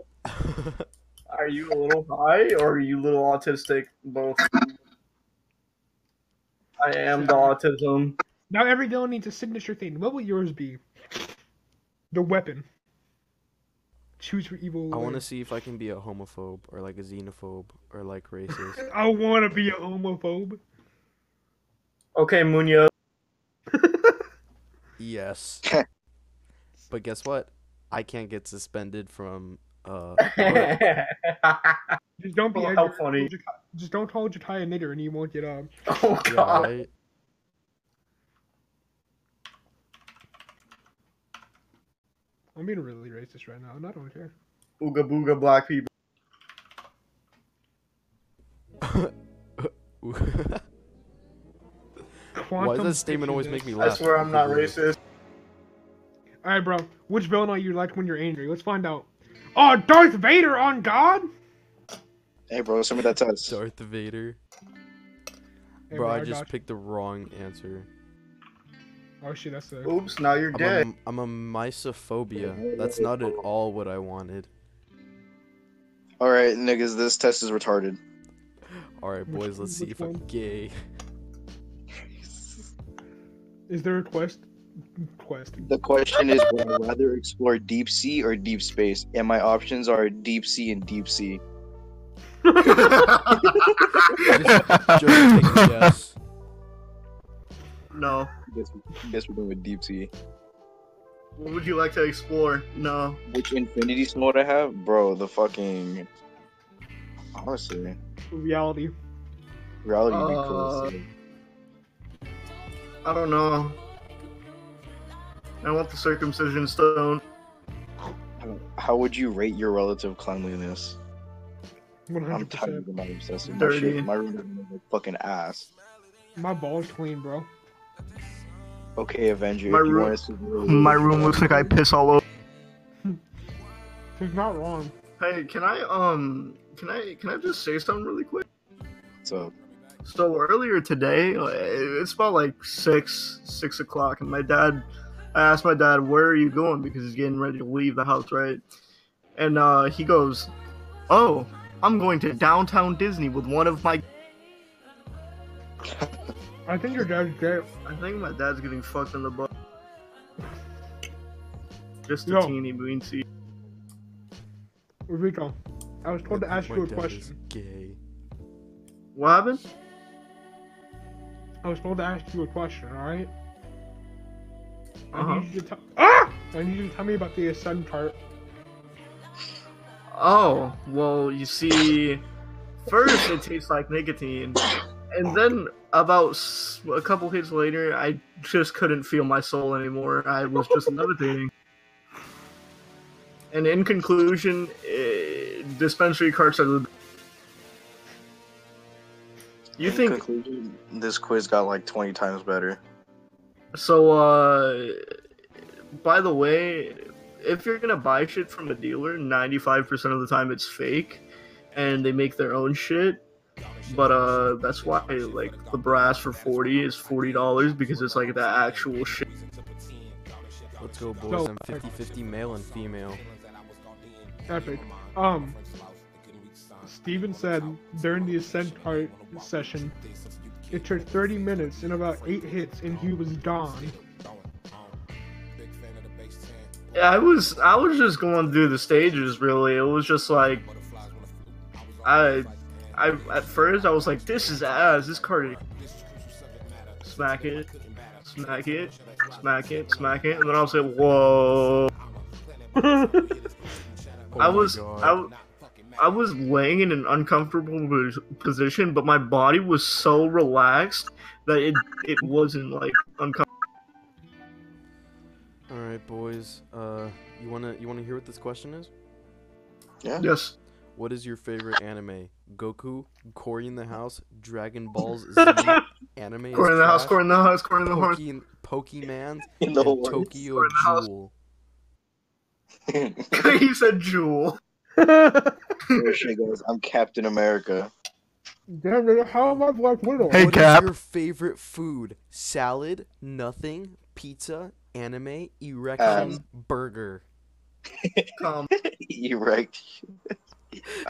S2: Are you a little high or are you a little autistic? Both. I am the autism.
S4: Now every villain needs a signature thing. What will yours be? The weapon. Choose your evil.
S1: I want to see if I can be a homophobe or like a xenophobe or like racist.
S4: I want to be a homophobe.
S2: Okay, Munoz. Oh,
S1: yes. but guess what? I can't get suspended from
S4: Oh.
S1: uh work.
S4: Just don't be.
S2: Well,
S4: a-
S2: Oh, how funny.
S4: Just don't call Jatai a nigger, and you won't get um.
S2: oh
S1: Yeah,
S2: god.
S1: right?
S4: I'm being really racist right now, and I don't care.
S2: Ooga booga black people.
S1: Why does
S4: Quantum
S1: that statement always
S4: physics.
S1: make me
S2: I
S1: laugh?
S2: swear I'm not racist.
S4: All right, bro. Which villain are you like when you're angry? Let's find out. Oh, Darth Vader on God.
S3: Hey, bro, some of that test.
S1: Darth Vader.
S4: Hey,
S1: Bro, I
S4: got
S1: just
S4: you.
S1: picked the wrong answer.
S4: Oh shit, that's a.
S2: Oops, now you're
S1: I'm a,
S2: dead.
S1: I'm a misophobia. That's not at all what I wanted.
S3: All right, niggas, this test is retarded.
S1: Alright,
S4: Which
S1: boys, let's
S4: one-
S1: see
S4: which
S1: if I'm
S4: one?
S1: gay.
S4: Is there a quest? Quest.
S3: The question is, would I rather explore deep sea or deep space? And my options are deep sea and deep sea.
S1: Just take a guess.
S2: No.
S3: Guess, guess we're going with deep sea.
S2: What would you like to explore? No.
S3: Which infinity sword I have, bro? The fucking honestly,
S4: Reality.
S3: reality would be cool.
S2: Uh,
S3: as shit.
S2: I don't know. I want the circumcision stone.
S3: How- How would you rate your relative cleanliness?
S4: 100%.
S3: I'm tired of my obsessive
S2: Dirty.
S3: shit. My room is like fucking ass.
S4: My ball's clean, bro.
S3: Okay, Avenger.
S2: My
S3: if you
S2: room-
S3: want us to do it,
S2: My room looks like I piss all over.
S4: He's not wrong.
S2: Hey, can I um can I can I just say something really quick?
S3: So
S2: So earlier today, like, it's about like six, six o'clock, and my dad, I asked my dad, "Where are you going?" Because he's getting ready to leave the house, right? And uh, he goes, "Oh, I'm going to downtown Disney with one of my."
S4: I think your dad's gay.
S2: I think my dad's getting fucked in the butt. Just a
S4: Yo.
S2: teeny weensy.
S4: Rico, I was told to
S1: My-
S4: ask
S1: my
S4: you a
S1: dad is
S4: question.
S1: Gay.
S2: What happened?
S4: I was told to ask you a question, alright?
S2: Uh-huh.
S4: I need you to tell ah! I need you to tell me about the ascend part.
S2: Oh, well, you see, first it tastes like nicotine, and then about s- a couple hits later, I just couldn't feel my soul anymore. I was just levitating. And in conclusion, eh, dispensary carts are the. You
S3: in
S2: think
S3: conclusion, this quiz got like 20 times better.
S2: so? Uh, by the way, if you're gonna buy shit from a dealer, 95% of the time it's fake, and they make their own shit. But uh, that's why like the brass for 40 is $40 because it's like the actual shit.
S1: Let's go, boys.
S4: So-
S1: I'm 50 50 male and female.
S4: Epic. Um, Steven said during the ascent part session, it took 30 minutes and about eight hits, and he was gone.
S2: Yeah, I was I was just going through the stages really. It was just like I I at first I was like, this is ass, this card is-" smack it, smack it, smack it, smack it, and then I was like, whoa.
S1: Oh my
S2: I was I,
S1: God.
S2: w- I was laying in an uncomfortable pos- position, but my body was so relaxed that it it wasn't like uncomfortable.
S1: All right, boys. Uh, you wanna you wanna hear what this question is?
S2: Yes.
S1: What is your favorite anime? Goku, Cory in the House, Dragon Balls Z, anime. is
S2: Corner in the house,
S1: trash,
S2: corner in the house, corner in the horse.
S1: Poke- Pokemans,
S3: In the
S1: and
S3: whole world.
S1: Tokyo
S2: Corey in the House.
S1: Jewel.
S2: he said jewel.
S4: Damn,
S3: There she goes. I'm Captain America.
S4: dude, how am I Black Widow?
S1: What
S2: Hey,
S1: is
S2: Cap.
S1: your favorite food? Salad, nothing, pizza, anime, erection,
S3: Um.
S1: burger.
S2: Come,
S3: Erect.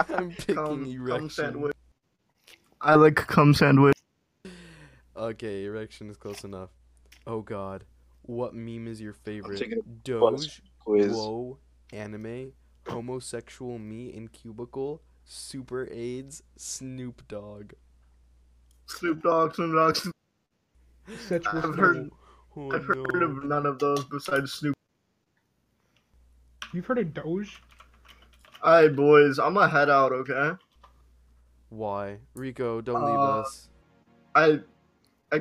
S1: I'm picking
S2: come,
S1: erection.
S2: come sandwich. I like cum sandwich.
S1: Okay, erection is close enough. Oh God, what meme is your
S3: I'm
S1: favorite?
S3: taking a
S1: Doge,
S3: quiz.
S1: Whoa, anime, homosexual me in cubicle, super AIDS, Snoop Dogg.
S2: Snoop Dogg, Snoop Dogg. Snoop-
S4: Such
S2: I've
S4: respect.
S2: heard-
S1: Oh,
S2: I've
S1: no.
S2: heard of none of those besides Snoop.
S4: You've heard of Doge?
S2: Alright, boys, I'm gonna head out, okay?
S1: Why, Rico? Don't leave
S2: Uh,
S1: us.
S2: I, I,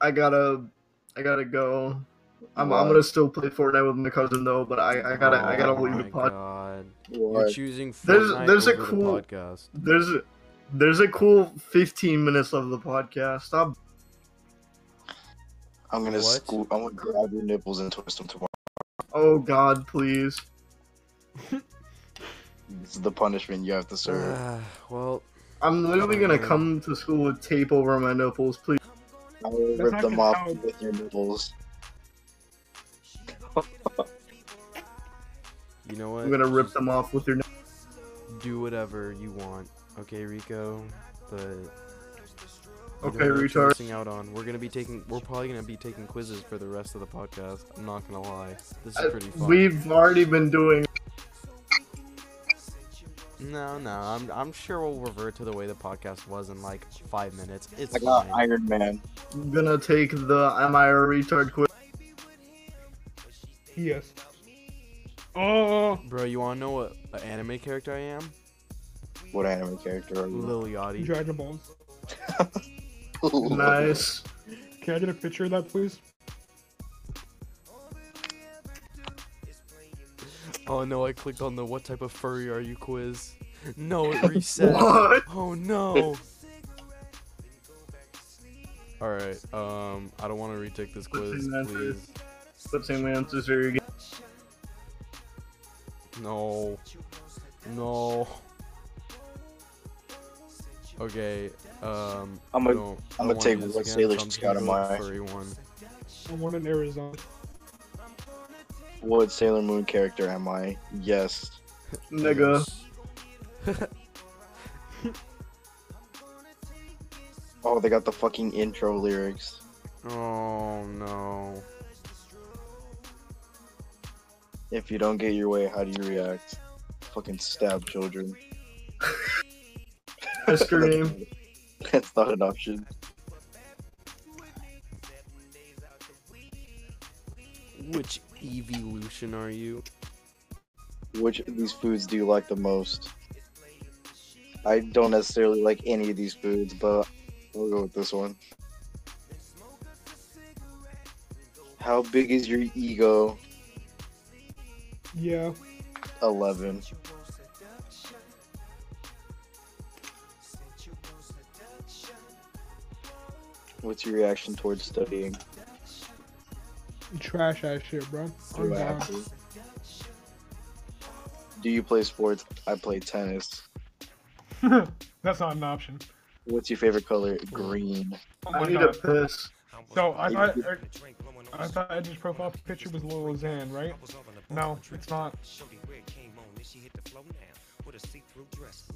S2: I gotta, I gotta go. I'm, I'm
S3: What?
S2: gonna still play Fortnite with my cousin though, but I, I gotta, I gotta
S1: Oh
S2: leave the
S1: my
S2: pod.
S1: God. You're
S3: What?
S1: choosing
S2: There's-
S1: Fortnite
S2: there's a
S1: over the
S2: cool-
S1: podcast.
S2: There's, a- there's a cool 15 minutes of the podcast. Stop.
S3: I'm gonna
S1: What?
S3: scoop. I'm gonna grab your nipples and twist them tomorrow.
S2: Oh God, please.
S3: This is the punishment you have to
S1: Ah.
S3: serve.
S1: well,
S2: I'm literally
S1: Oh,
S2: gonna
S1: man.
S2: come to school with tape over my nipples, please.
S3: I will
S4: That's
S3: rip
S4: not
S3: them
S4: gonna
S3: off
S4: help.
S3: with your nipples.
S1: you know what?
S2: I'm gonna rip them off with your. nip-
S1: Do whatever you want. Okay, Rico. But You
S2: Okay,
S1: don't know what you're
S2: retard.
S1: Missing out on. We're gonna be taking. We're probably gonna be taking quizzes for the rest of the podcast. I'm not gonna lie. This is
S2: I-
S1: pretty fun.
S2: We've already been doing.
S1: No, no. I'm. I'm sure we'll revert to the way the podcast was in like five minutes. It's
S3: I got
S1: fine.
S3: Iron Man.
S2: I'm gonna take the am I a retard quiz.
S4: Yes. Oh,
S1: Bro, you wanna know what an anime character I am?
S3: What anime character are you?
S1: Lil Yachty.
S4: Dragon Balls.
S2: Nice.
S4: Can I get a picture of that, please?
S1: Oh no, I clicked on the what type of furry are you quiz. No, it reset.
S2: What?
S1: Oh no. All right. Um, I don't want to retake this
S2: Let's
S1: quiz,
S2: see, man.
S1: please.
S2: But same answers here again.
S1: No. No. Okay. Um.
S3: I'm
S1: I don't- I
S3: gonna- I'm
S1: don't
S3: gonna
S1: wanna
S3: take
S1: do this
S3: what
S1: again,
S3: Sailor
S1: so I'm just
S3: Scout
S1: gonna
S3: am
S1: go with
S3: I.
S1: Furry one.
S4: I want an Arizona.
S3: What Sailor Moon character am I? Yes.
S2: Nigga.
S3: Oh, they got the fucking intro lyrics.
S1: Oh no.
S3: If you don't get your way, how do you react? Fucking stab children.
S2: Mr. Name.
S3: That's not an option.
S1: Which evolution are you?
S3: Which of these foods do you like the most? I don't necessarily like any of these foods, but we'll go with this one. How big is your ego?
S4: Yeah.
S3: 11. What's your reaction towards studying?
S4: Trash ass shit, bro. I'm
S3: You're
S4: down.
S3: happy. Do you play sports? I play tennis.
S4: That's not an option.
S3: What's your favorite color? Green.
S4: Oh
S2: I
S4: my
S2: need a
S4: god.
S2: piss.
S4: So I thought I thought Edge's profile picture was Lil Xan, right? No, it's not.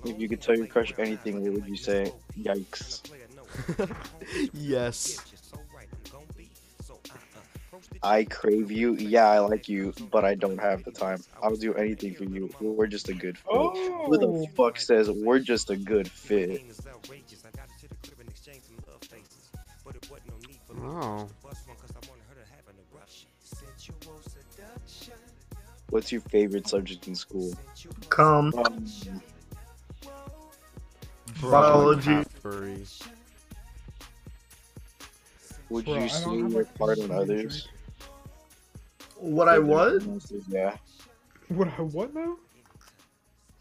S3: If you could tell your crush anything, what would you say? Yikes.
S6: yes.
S3: uh, I crave you. Yeah, I like you, but I don't have the time. I'll do anything for you. We're just a good fit. Who the
S4: Oh,
S3: fuck says we're just a good fit?
S1: Oh.
S3: What's your favorite subject in school?
S2: Come.
S3: Um,
S2: Biology.
S6: Furry.
S3: would
S4: Bro, I
S3: you
S4: don't
S3: see
S4: have,
S3: your
S4: like,
S3: part
S4: any
S3: on others?
S2: What I was?
S3: Yeah.
S4: What I what now?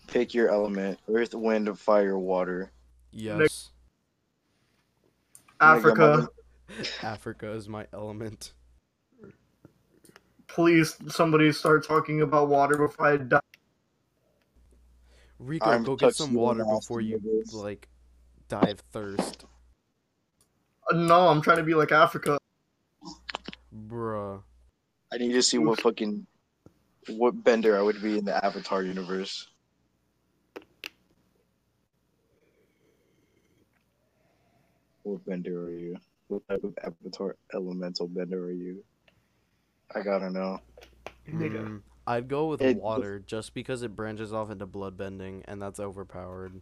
S3: Pick your element: earth, wind, fire, water.
S6: Yes.
S2: Africa.
S1: Africa is my element.
S2: Please, somebody start talking about water before I die.
S1: Rico,
S3: I'm
S1: go get some
S3: touching the
S1: water
S3: last
S1: before you
S3: niggas.
S1: like die of thirst,
S2: No, I'm trying to be like Africa.
S1: bruh.
S3: I need to see what fucking what bender I would be in the Avatar universe. What bender are you? What type of Avatar elemental bender are you? I gotta know.
S4: Nigga.
S1: Mm, I'd go with
S3: It-
S1: water just because it branches off into bloodbending, and that's overpowered.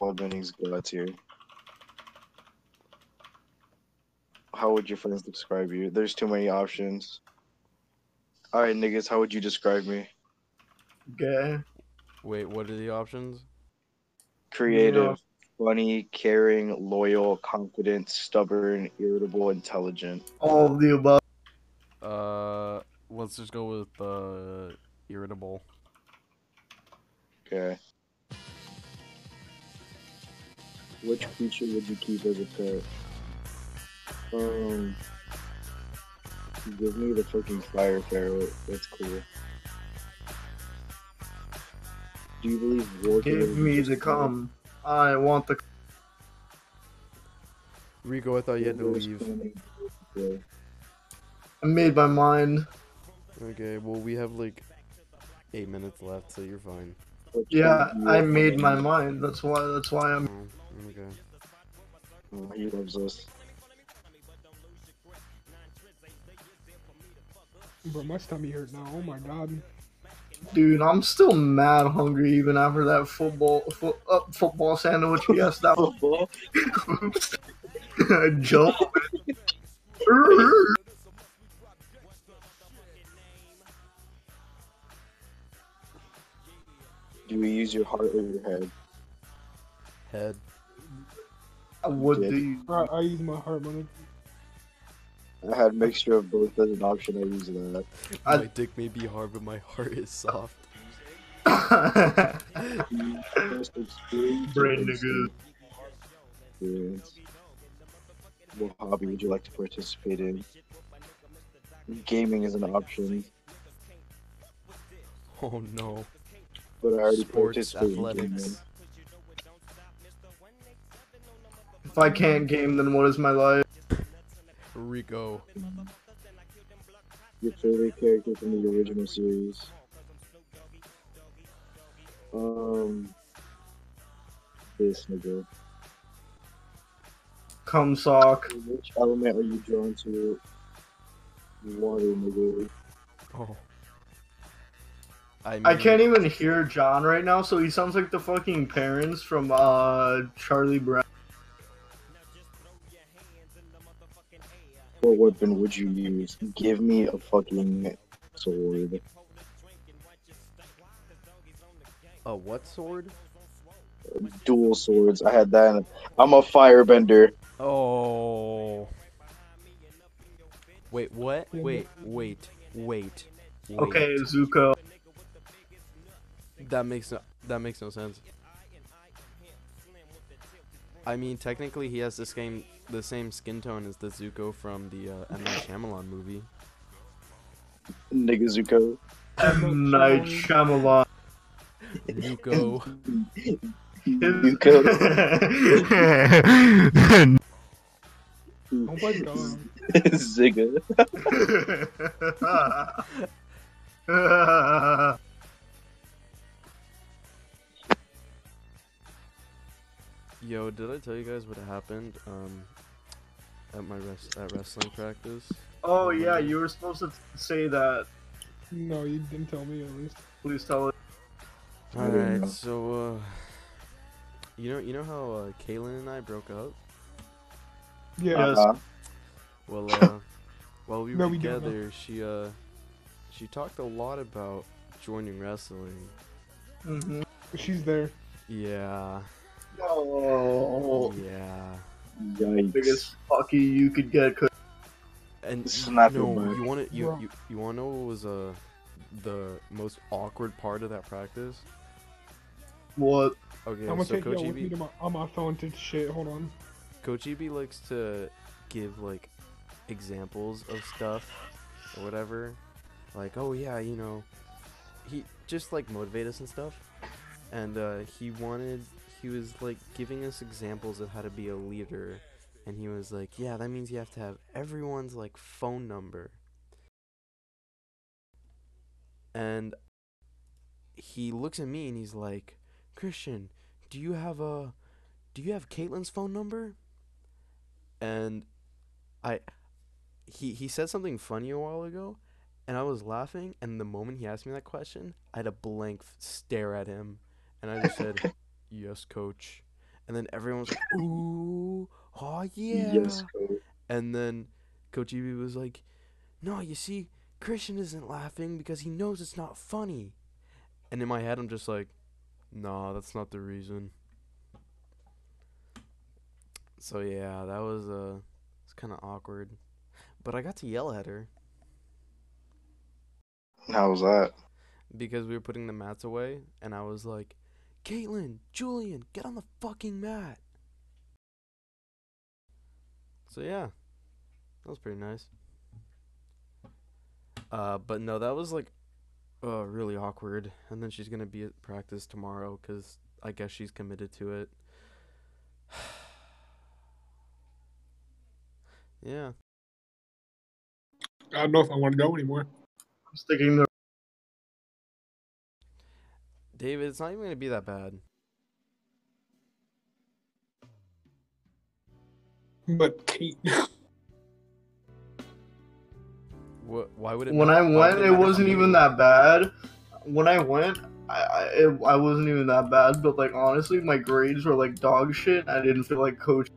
S3: Bloodbending's god tier. How would your friends describe you? There's too many options. Alright, niggas, how would you describe me?
S2: Gay.
S1: Wait, what are the options?
S3: creative, funny, caring, loyal, confident, stubborn, irritable, intelligent.
S2: All of the above.
S1: Uh, let's just go with uh, irritable.
S3: Okay. Which creature would you keep as a pet? Um, give me the fucking fire ferret. That's cool. Do you believe war?
S2: Give me the cum. I want the.
S1: Rico, I thought you had to leave.
S3: leave.
S2: I made my mind.
S1: Okay, well we have like eight minutes left, so you're fine.
S2: Yeah, I made my mind. That's why. That's why I'm.
S1: Oh, okay.
S3: Oh, He loves us.
S4: Bro, my stomach hurt now. Oh my god.
S2: Dude, I'm still mad hungry even after that football fo- uh, football sandwich. Yes, that was
S3: Football.
S2: I jump.
S3: Do we use your heart or your head?
S1: Head.
S2: I would
S3: Dick.
S2: be.
S4: Bro, I use my heart money.
S3: I had mixture of both as an option. I used that.
S2: I-
S1: My dick may be hard, but my heart is soft.
S3: First experience.
S2: Brain nigga.
S3: Experience. What hobby would you like to participate in? Gaming is an option,
S1: Oh no.
S3: but I already
S1: Sports,
S3: participate in gaming.
S1: athletics.
S2: If I can't game, then what is my life?
S1: Rico.
S3: Your favorite character from the original series? Um, this nigga.
S2: Cum sock.
S3: Which element are you drawn to? Water, nigga.
S1: Oh. I, mean,
S2: I can't even hear John right now, so he sounds like the fucking parents from uh Charlie Brown.
S3: What weapon would you use? Give me a fucking sword.
S2: e-
S1: A what sword?
S3: Dual swords. I had that. In a... I'm a firebender.
S1: Oh. Wait, what? Wait, wait, wait, wait.
S2: Okay, Zuko.
S1: That makes no, that makes no sense. I mean, technically, he has this game, the same skin tone as the Zuko from the uh, M. Night Shyamalan movie.
S3: Nigga Zuko.
S2: M. Night Shyamalan.
S1: Zuko.
S3: Zuko.
S4: Oh my god.
S3: Zigga.
S1: Yo, did I tell you guys what happened um at my res- at wrestling practice?
S2: oh yeah, you were supposed to say that.
S4: No, you didn't tell me at least.
S2: Please tell us.
S3: I
S1: All
S3: didn't
S4: Mm.
S3: know.
S1: right, so uh, you know you know how uh, Kaylin and I broke up?
S4: Yeah.
S2: Yes.
S3: Uh-huh.
S1: Well, uh, while we were
S4: No, we don't know.
S1: together, she uh she talked a lot about joining wrestling.
S2: Mhm.
S4: She's there.
S1: Yeah,
S2: Oh,
S1: yeah.
S3: Yikes.
S2: biggest fucky you could get. could-
S1: And
S3: Slap your
S1: no,
S3: mic.
S1: you want to you,
S4: Bro.
S1: you you want to know what was uh the most awkward part of that practice?
S2: What?
S1: Okay,
S4: I'm gonna
S1: so
S4: take y'all with me
S1: Kojibi
S4: to my, on my phone to shit. Hold on.
S1: Kojibi likes to give like examples of stuff or whatever. Like, oh yeah, you know, he just like motivate us and stuff. And uh, he wanted, he was like giving us examples of how to be a leader. And he was like, yeah, that means you have to have everyone's like phone number. And he looks at me and he's like, Christian, do you have a, do you have Caitlin's phone number? And I, he he said something funny a while ago, and I was laughing. And the moment he asked me that question, I had a blank f- stare at him, and I just said, "Yes, coach." And then everyone was like, "Ooh, oh yeah."
S3: Yes, Coach.
S1: And then Coach Eby was like, No, you see, Christian isn't laughing because he knows it's not funny. And in my head, I'm just like, Nah, that's not the reason. So yeah, that was uh, it's kind of awkward, but I got to yell at her
S3: How was that?
S1: because we were putting the mats away, and I was like, "Caitlin, Julian, get on the fucking mat." So yeah, that was pretty nice. Uh, but no, that was like, uh, really awkward. And then she's gonna be at practice tomorrow because I guess she's committed to it. yeah.
S4: I don't know if I want to go anymore.
S2: I'm sticking the.
S1: David, it's not even gonna be that bad.
S4: But Kate.
S1: What? Why would it?
S2: When I
S1: matter- why
S2: went,
S1: would
S2: it
S1: matter if
S2: wasn't
S1: you
S2: even
S1: didn't-
S2: that bad. When I went, I I, it, I wasn't even that bad. But like honestly, my grades were like dog shit. I didn't feel like coach,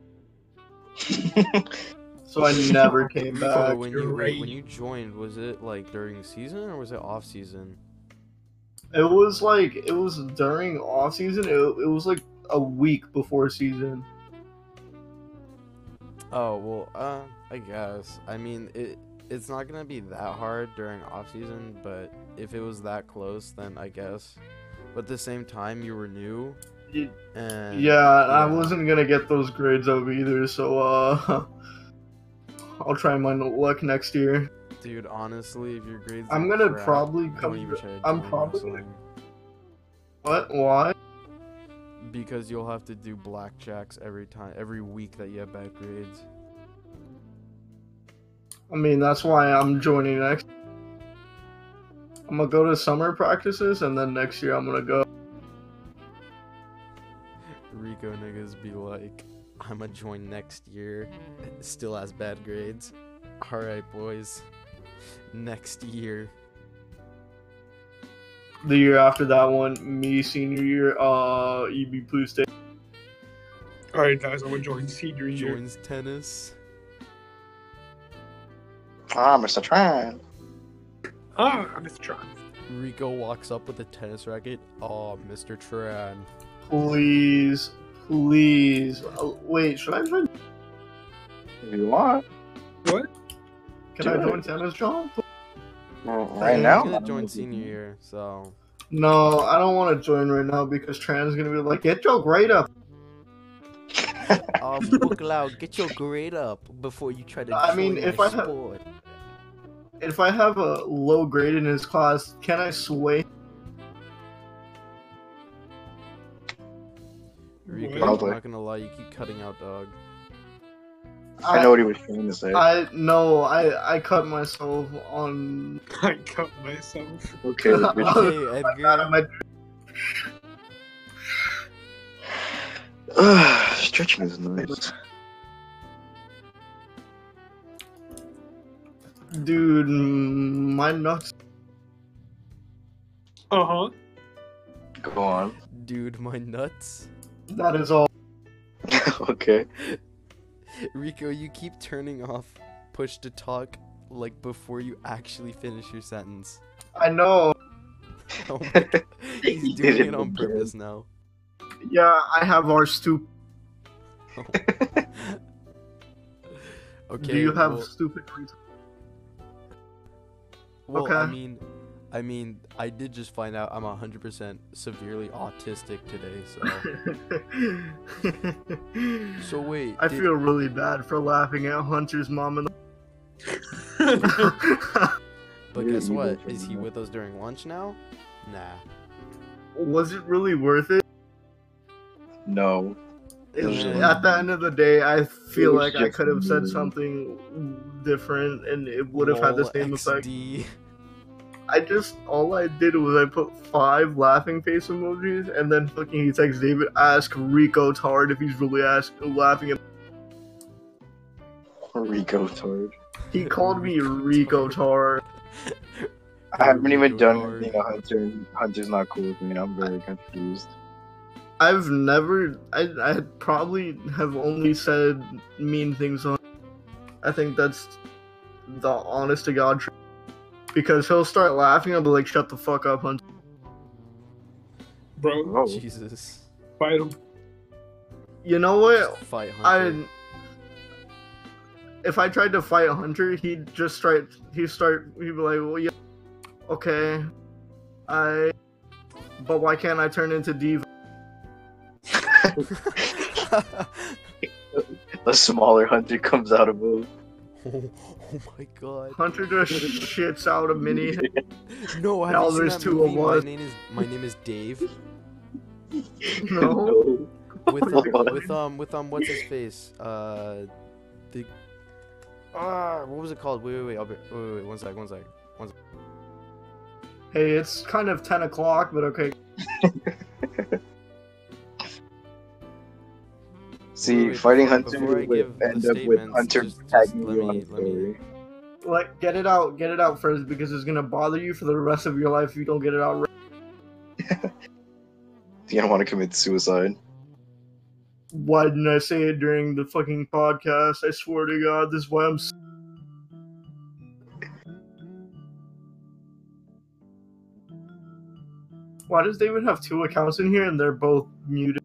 S2: so I never came
S1: So
S2: back.
S1: when
S4: you're
S1: you wait, when
S4: right.
S1: you joined, was it like during season or was it off season?
S2: It was like it was during off season. It, it was like a week before season.
S1: Oh well, uh, I guess. I mean, it it's not gonna be that hard during off season, but if it was that close, then I guess. But at the same time, you were new,
S2: Y-
S1: and
S2: Yeah, and I
S1: yeah.
S2: wasn't gonna get those grades up either. So uh, I'll try my luck next year.
S1: dude, honestly, if your grades,
S2: I'm
S1: are
S2: gonna
S1: crap,
S2: probably
S1: don't
S2: come.
S1: even try to
S2: I'm
S1: join
S2: probably gonna-
S1: wrestling,
S2: What? Why?
S1: because you'll have to do blackjacks every time, every week that you have bad grades.
S2: I mean, that's why I'm joining next. I'm gonna go to summer practices, and then next year I'm gonna go.
S1: Rico niggas be like, I'ma join next year. Still has bad grades. Alright, boys. Next year.
S2: The year after that one, me senior year, uh, EB Blue State.
S4: All right, guys, I'm gonna join senior year.
S1: Joins tennis.
S3: ah, Mr. Tran.
S4: Ah, I'm just trying.
S1: Rico walks up with a tennis racket. Oh, Mr. Tran.
S2: Please, please. Oh, wait, should I join?
S3: If you want.
S4: What?
S2: Can I join tennis, John?
S3: Well,
S1: I
S3: right
S1: was
S3: now?
S1: gonna join senior year, so.
S2: No, I don't want to join right now because Tran's gonna be like, get your grade up.
S1: Oh, Bookloud, get your grade up before you try to
S2: I mean, if I have-
S1: sport.
S2: If I have a low grade in his class, can I sway?
S3: was
S1: I'm
S3: like,
S1: not gonna lie, you keep cutting out, dog.
S3: I know what he was trying to say.
S2: I no, I I cut myself on
S4: I cut myself.
S3: Okay, bitch.
S1: Hey,
S2: out
S1: Edgar.
S2: of my
S3: Stretching is nice.
S2: dude. My nuts.
S4: Uh huh.
S3: Go on.
S1: Dude, my nuts.
S2: That is all.
S3: okay.
S1: Rico, you keep turning off push to talk like before you actually finish your sentence.
S2: I know.
S1: Oh my god.
S3: He
S1: He's doing
S3: did it
S1: it on
S3: again.
S1: purpose now.
S2: Yeah, I have our stupid.
S1: Okay.
S2: Do you have
S1: well-
S2: stupid? reasons?
S1: Well, I
S2: Okay.
S1: mean, I mean, I did just find out I'm 100% severely autistic today. So, so wait.
S2: I
S1: did-
S2: feel really bad for laughing at Hunter's mom and.
S1: But
S3: Yeah,
S1: guess
S3: you
S1: what?
S3: go
S1: Is he
S3: first.
S1: with us during lunch now? Nah.
S2: was it really worth it?
S3: No. It was
S1: Yeah.
S2: At the end of the day, I feel like
S3: was
S2: I
S3: just
S2: could have
S3: me.
S2: said something different, and it would have had the
S1: Lol,
S2: same effect.
S1: XD.
S2: I just all I did was I put five laughing face emojis, and then fucking he texts David, ask Rico Tard if he's really ask, laughing. At-
S3: Rico Tard.
S2: he called me Rico Tard.
S3: I haven't even
S1: Rico
S3: done
S1: Tard.
S3: anything on Hunter. and Hunter's not cool with me. I'm very confused.
S2: I've never. I I probably have only said mean things on. I think that's the honest to god. Tr- because he'll start laughing, I'll be like, "Shut the fuck up, Hunter."
S4: Bro,
S3: Oh.
S1: Jesus.
S4: fight him.
S2: You know what?
S1: Just Fight Hunter.
S2: I. If I tried to fight Hunter, he'd just start. He start. He'd be like, "Well, yeah, okay, I." But why can't I turn into diva?
S3: A smaller Hunter comes out of him.
S1: oh, oh my god.
S2: Hunter just shits out a mini.
S1: No, have
S2: Now
S1: you seen
S2: there's
S1: that
S2: two of
S1: movie? My
S2: us.
S1: name is My name is Dave.
S2: No.
S1: With um,
S3: What?
S1: with um with um what's his face? Uh the Ah, what was it called? Wait, wait, wait, I'll be, wait, wait, wait, one sec, one sec.
S2: Hey, it's kind of ten o'clock, but okay.
S3: See,
S1: wait,
S3: fighting
S1: before-
S3: Hunter
S1: before I give
S3: would
S1: the
S3: end up with
S1: statements,
S3: Hunter
S1: just- just
S3: tagging
S1: let
S3: you on
S1: me-
S3: a
S1: let me-
S3: story.
S2: Like, get it out, get it out first because it's gonna bother you for the rest of your life if you don't get it out. right.
S3: You don't want to commit suicide.
S2: Why didn't I say it during the fucking podcast? I swear to God, this is why I'm. s- Why does David have two accounts in here and they're both muted?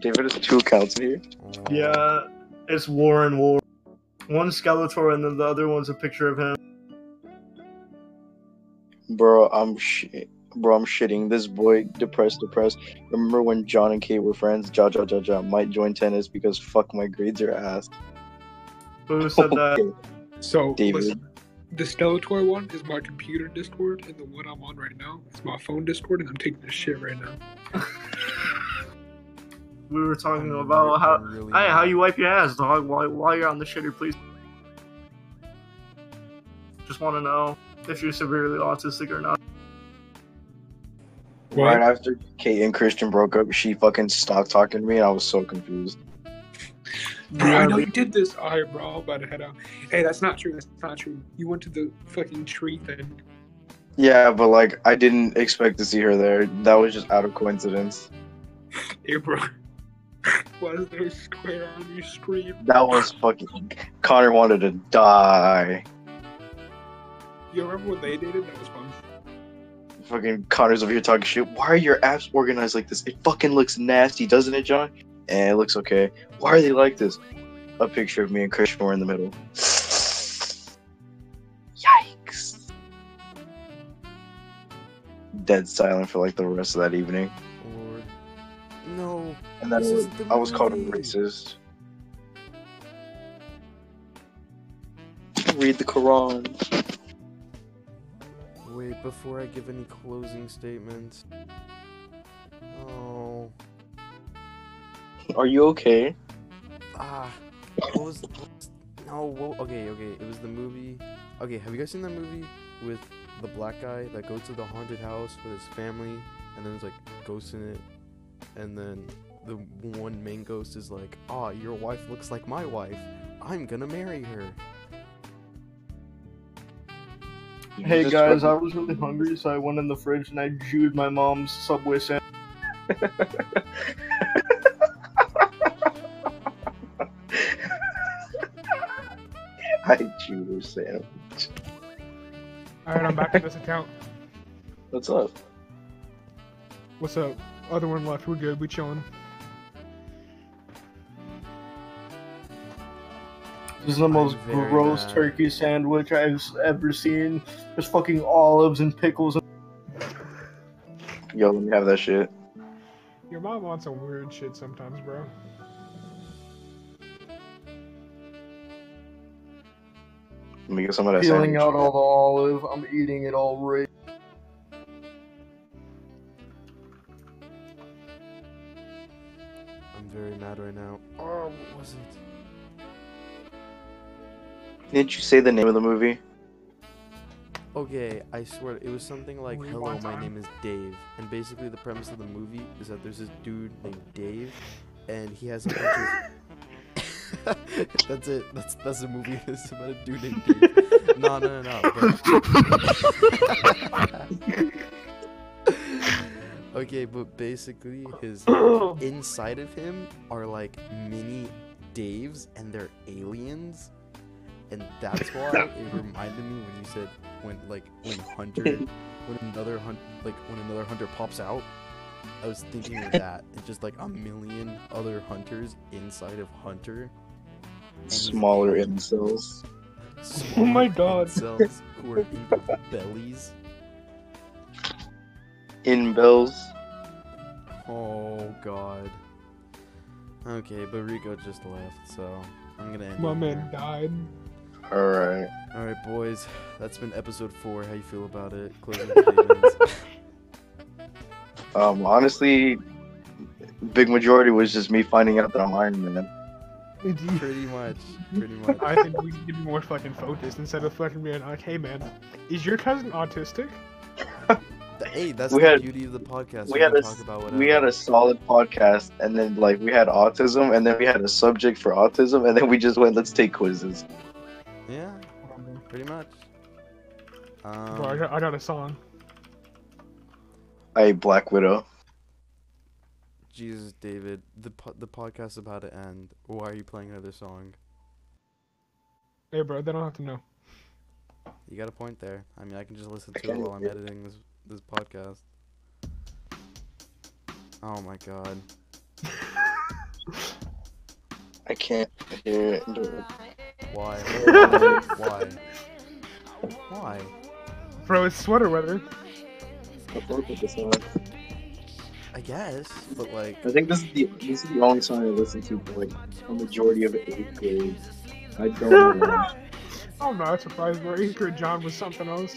S3: David has two accounts here.
S1: Oh,
S2: Yeah, it's War and War. One Skeletor and then the other one's a picture of him.
S3: Bro, I'm shit. Bro, I'm shitting. This boy depressed, depressed. Remember when John and Kate were friends? Ja, ja, ja, ja. Might join tennis because fuck, my grades are ass.
S2: Who said that?
S3: Okay,
S4: So,
S3: David.
S4: listen, the Skeletor one is my computer Discord, and the one I'm on right now is my phone Discord, and I'm taking this shit right now.
S2: We were talking
S1: I'm
S2: about
S1: re-
S2: how.
S1: I'm Oh, really
S2: Hey, how
S1: mad.
S2: you wipe your ass, dog? While, while you're on the shitter, please. Just want to know if you're severely autistic or not.
S3: Right after Kate and Christian broke up, she fucking stopped talking to me, and I was so confused.
S4: Bro, I know you did this. All right, bro, I'm about to head out. Hey, that's not true. That's not true. You went to the fucking tree thing.
S3: Yeah, but like, I didn't expect to see her there. That was just out of coincidence.
S4: Hey, bro. Why is there a square on your stream?
S3: That was fucking. Connor wanted to die.
S4: You remember when they dated? That was fun.
S3: Fucking Connor's over here talking shit. Why are your apps organized like this? It fucking looks nasty, doesn't it, John? And it looks okay. Why are they like this? A picture of me and Christian were in the middle. Yikes. Dead silent for like the rest of that evening.
S1: Lord. No.
S3: And then I
S1: This
S3: was,
S1: isn't the
S3: I was called a
S1: movie.
S3: racist. Read the Quran.
S1: Wait, before I give any closing statements. Oh.
S3: Are you okay?
S1: Ah, what was? No, wha- okay, okay. It was the movie. Okay, have you guys seen that movie with the black guy that goes to the haunted house with his family, and then there's like ghosts in it, and then the one main ghost is like, "Ah, your wife looks like my wife. I'm gonna marry her."
S3: You
S2: Hey
S3: just
S2: guys, I
S3: fucking-
S2: was really hungry, so I went in the fridge and I chewed my mom's Subway sandwich.
S3: I chewed her sandwich.
S4: Alright, I'm back to this account.
S3: What's up?
S4: What's up? Other one left. We're good. We chilling.
S2: This is the most
S1: I'm very
S2: gross
S1: mad.
S2: turkey sandwich I've s- ever seen. There's fucking olives and pickles. And-
S3: Yo, let me have that shit.
S4: Your mom wants some weird shit sometimes, bro.
S3: Let me get some of that
S2: peeling
S3: sandwich.
S2: out all the olive. I'm eating it all right.
S1: I'm very mad right now. Oh, what was it?
S3: Didn't you say the name of the movie?
S1: Okay, I swear it was something like
S4: Were you
S1: "Hello,
S4: on
S1: my
S4: time?"
S1: name is Dave," and basically the premise of the movie is that there's this dude named Dave, and he has a bunch of. that's it. That's that's a movie. It's about a dude named Dave. no, no, no, no. but- okay, but basically his inside of him are like mini Daves, and they're aliens. And that's why it reminded me when you said when like when Hunter when another hunt like when another hunter pops out i was thinking of that it's just like a million other hunters inside of hunter and he's
S3: Smaller
S1: alien
S3: incels.
S4: Oh my
S1: smaller
S4: God.
S1: incels who are in their bellies
S3: In bells.
S1: oh god okay but rico just left so i'm gonna end
S4: My
S1: it
S4: man died.
S3: Alright.
S1: here. all right boys that's been episode four how you feel about it closing statements
S3: Um, honestly, big majority was just me finding out that I'm Iron Man.
S1: pretty much pretty much
S4: I think we need to be more fucking focused instead of fucking being like, hey man, is your cousin autistic?
S1: Th- hey that's
S3: We
S1: the
S3: had-
S1: beauty of the podcast
S3: we had
S1: can
S3: a
S1: talk
S3: s-
S1: about
S3: We had
S1: whatever.
S3: a solid podcast, and then like we had autism, and then we had a subject for autism, and then we just went, let's take quizzes.
S1: yeah Pretty much.
S4: Bro, I
S1: Um,
S4: got, I got a song.
S3: I Black Widow.
S1: Jesus, David, the po- the podcast's about to end. Why are you playing another song?
S4: Hey bro, they don't have to know.
S1: You got a point there. I mean, I can just listen
S3: I
S1: to it
S3: kinda
S1: while I'm
S3: did.
S1: editing this this podcast. Oh my god.
S3: I can't hear it. Dude.
S1: Why? Why? Why?
S4: Bro, it's sweater weather.
S3: I think this one-
S1: I guess, but like,
S3: I think this is the this is the only song I listen to for like a majority of eighth grade. I don't know. why.
S4: I'm not surprised, bro. Anchor John was something else.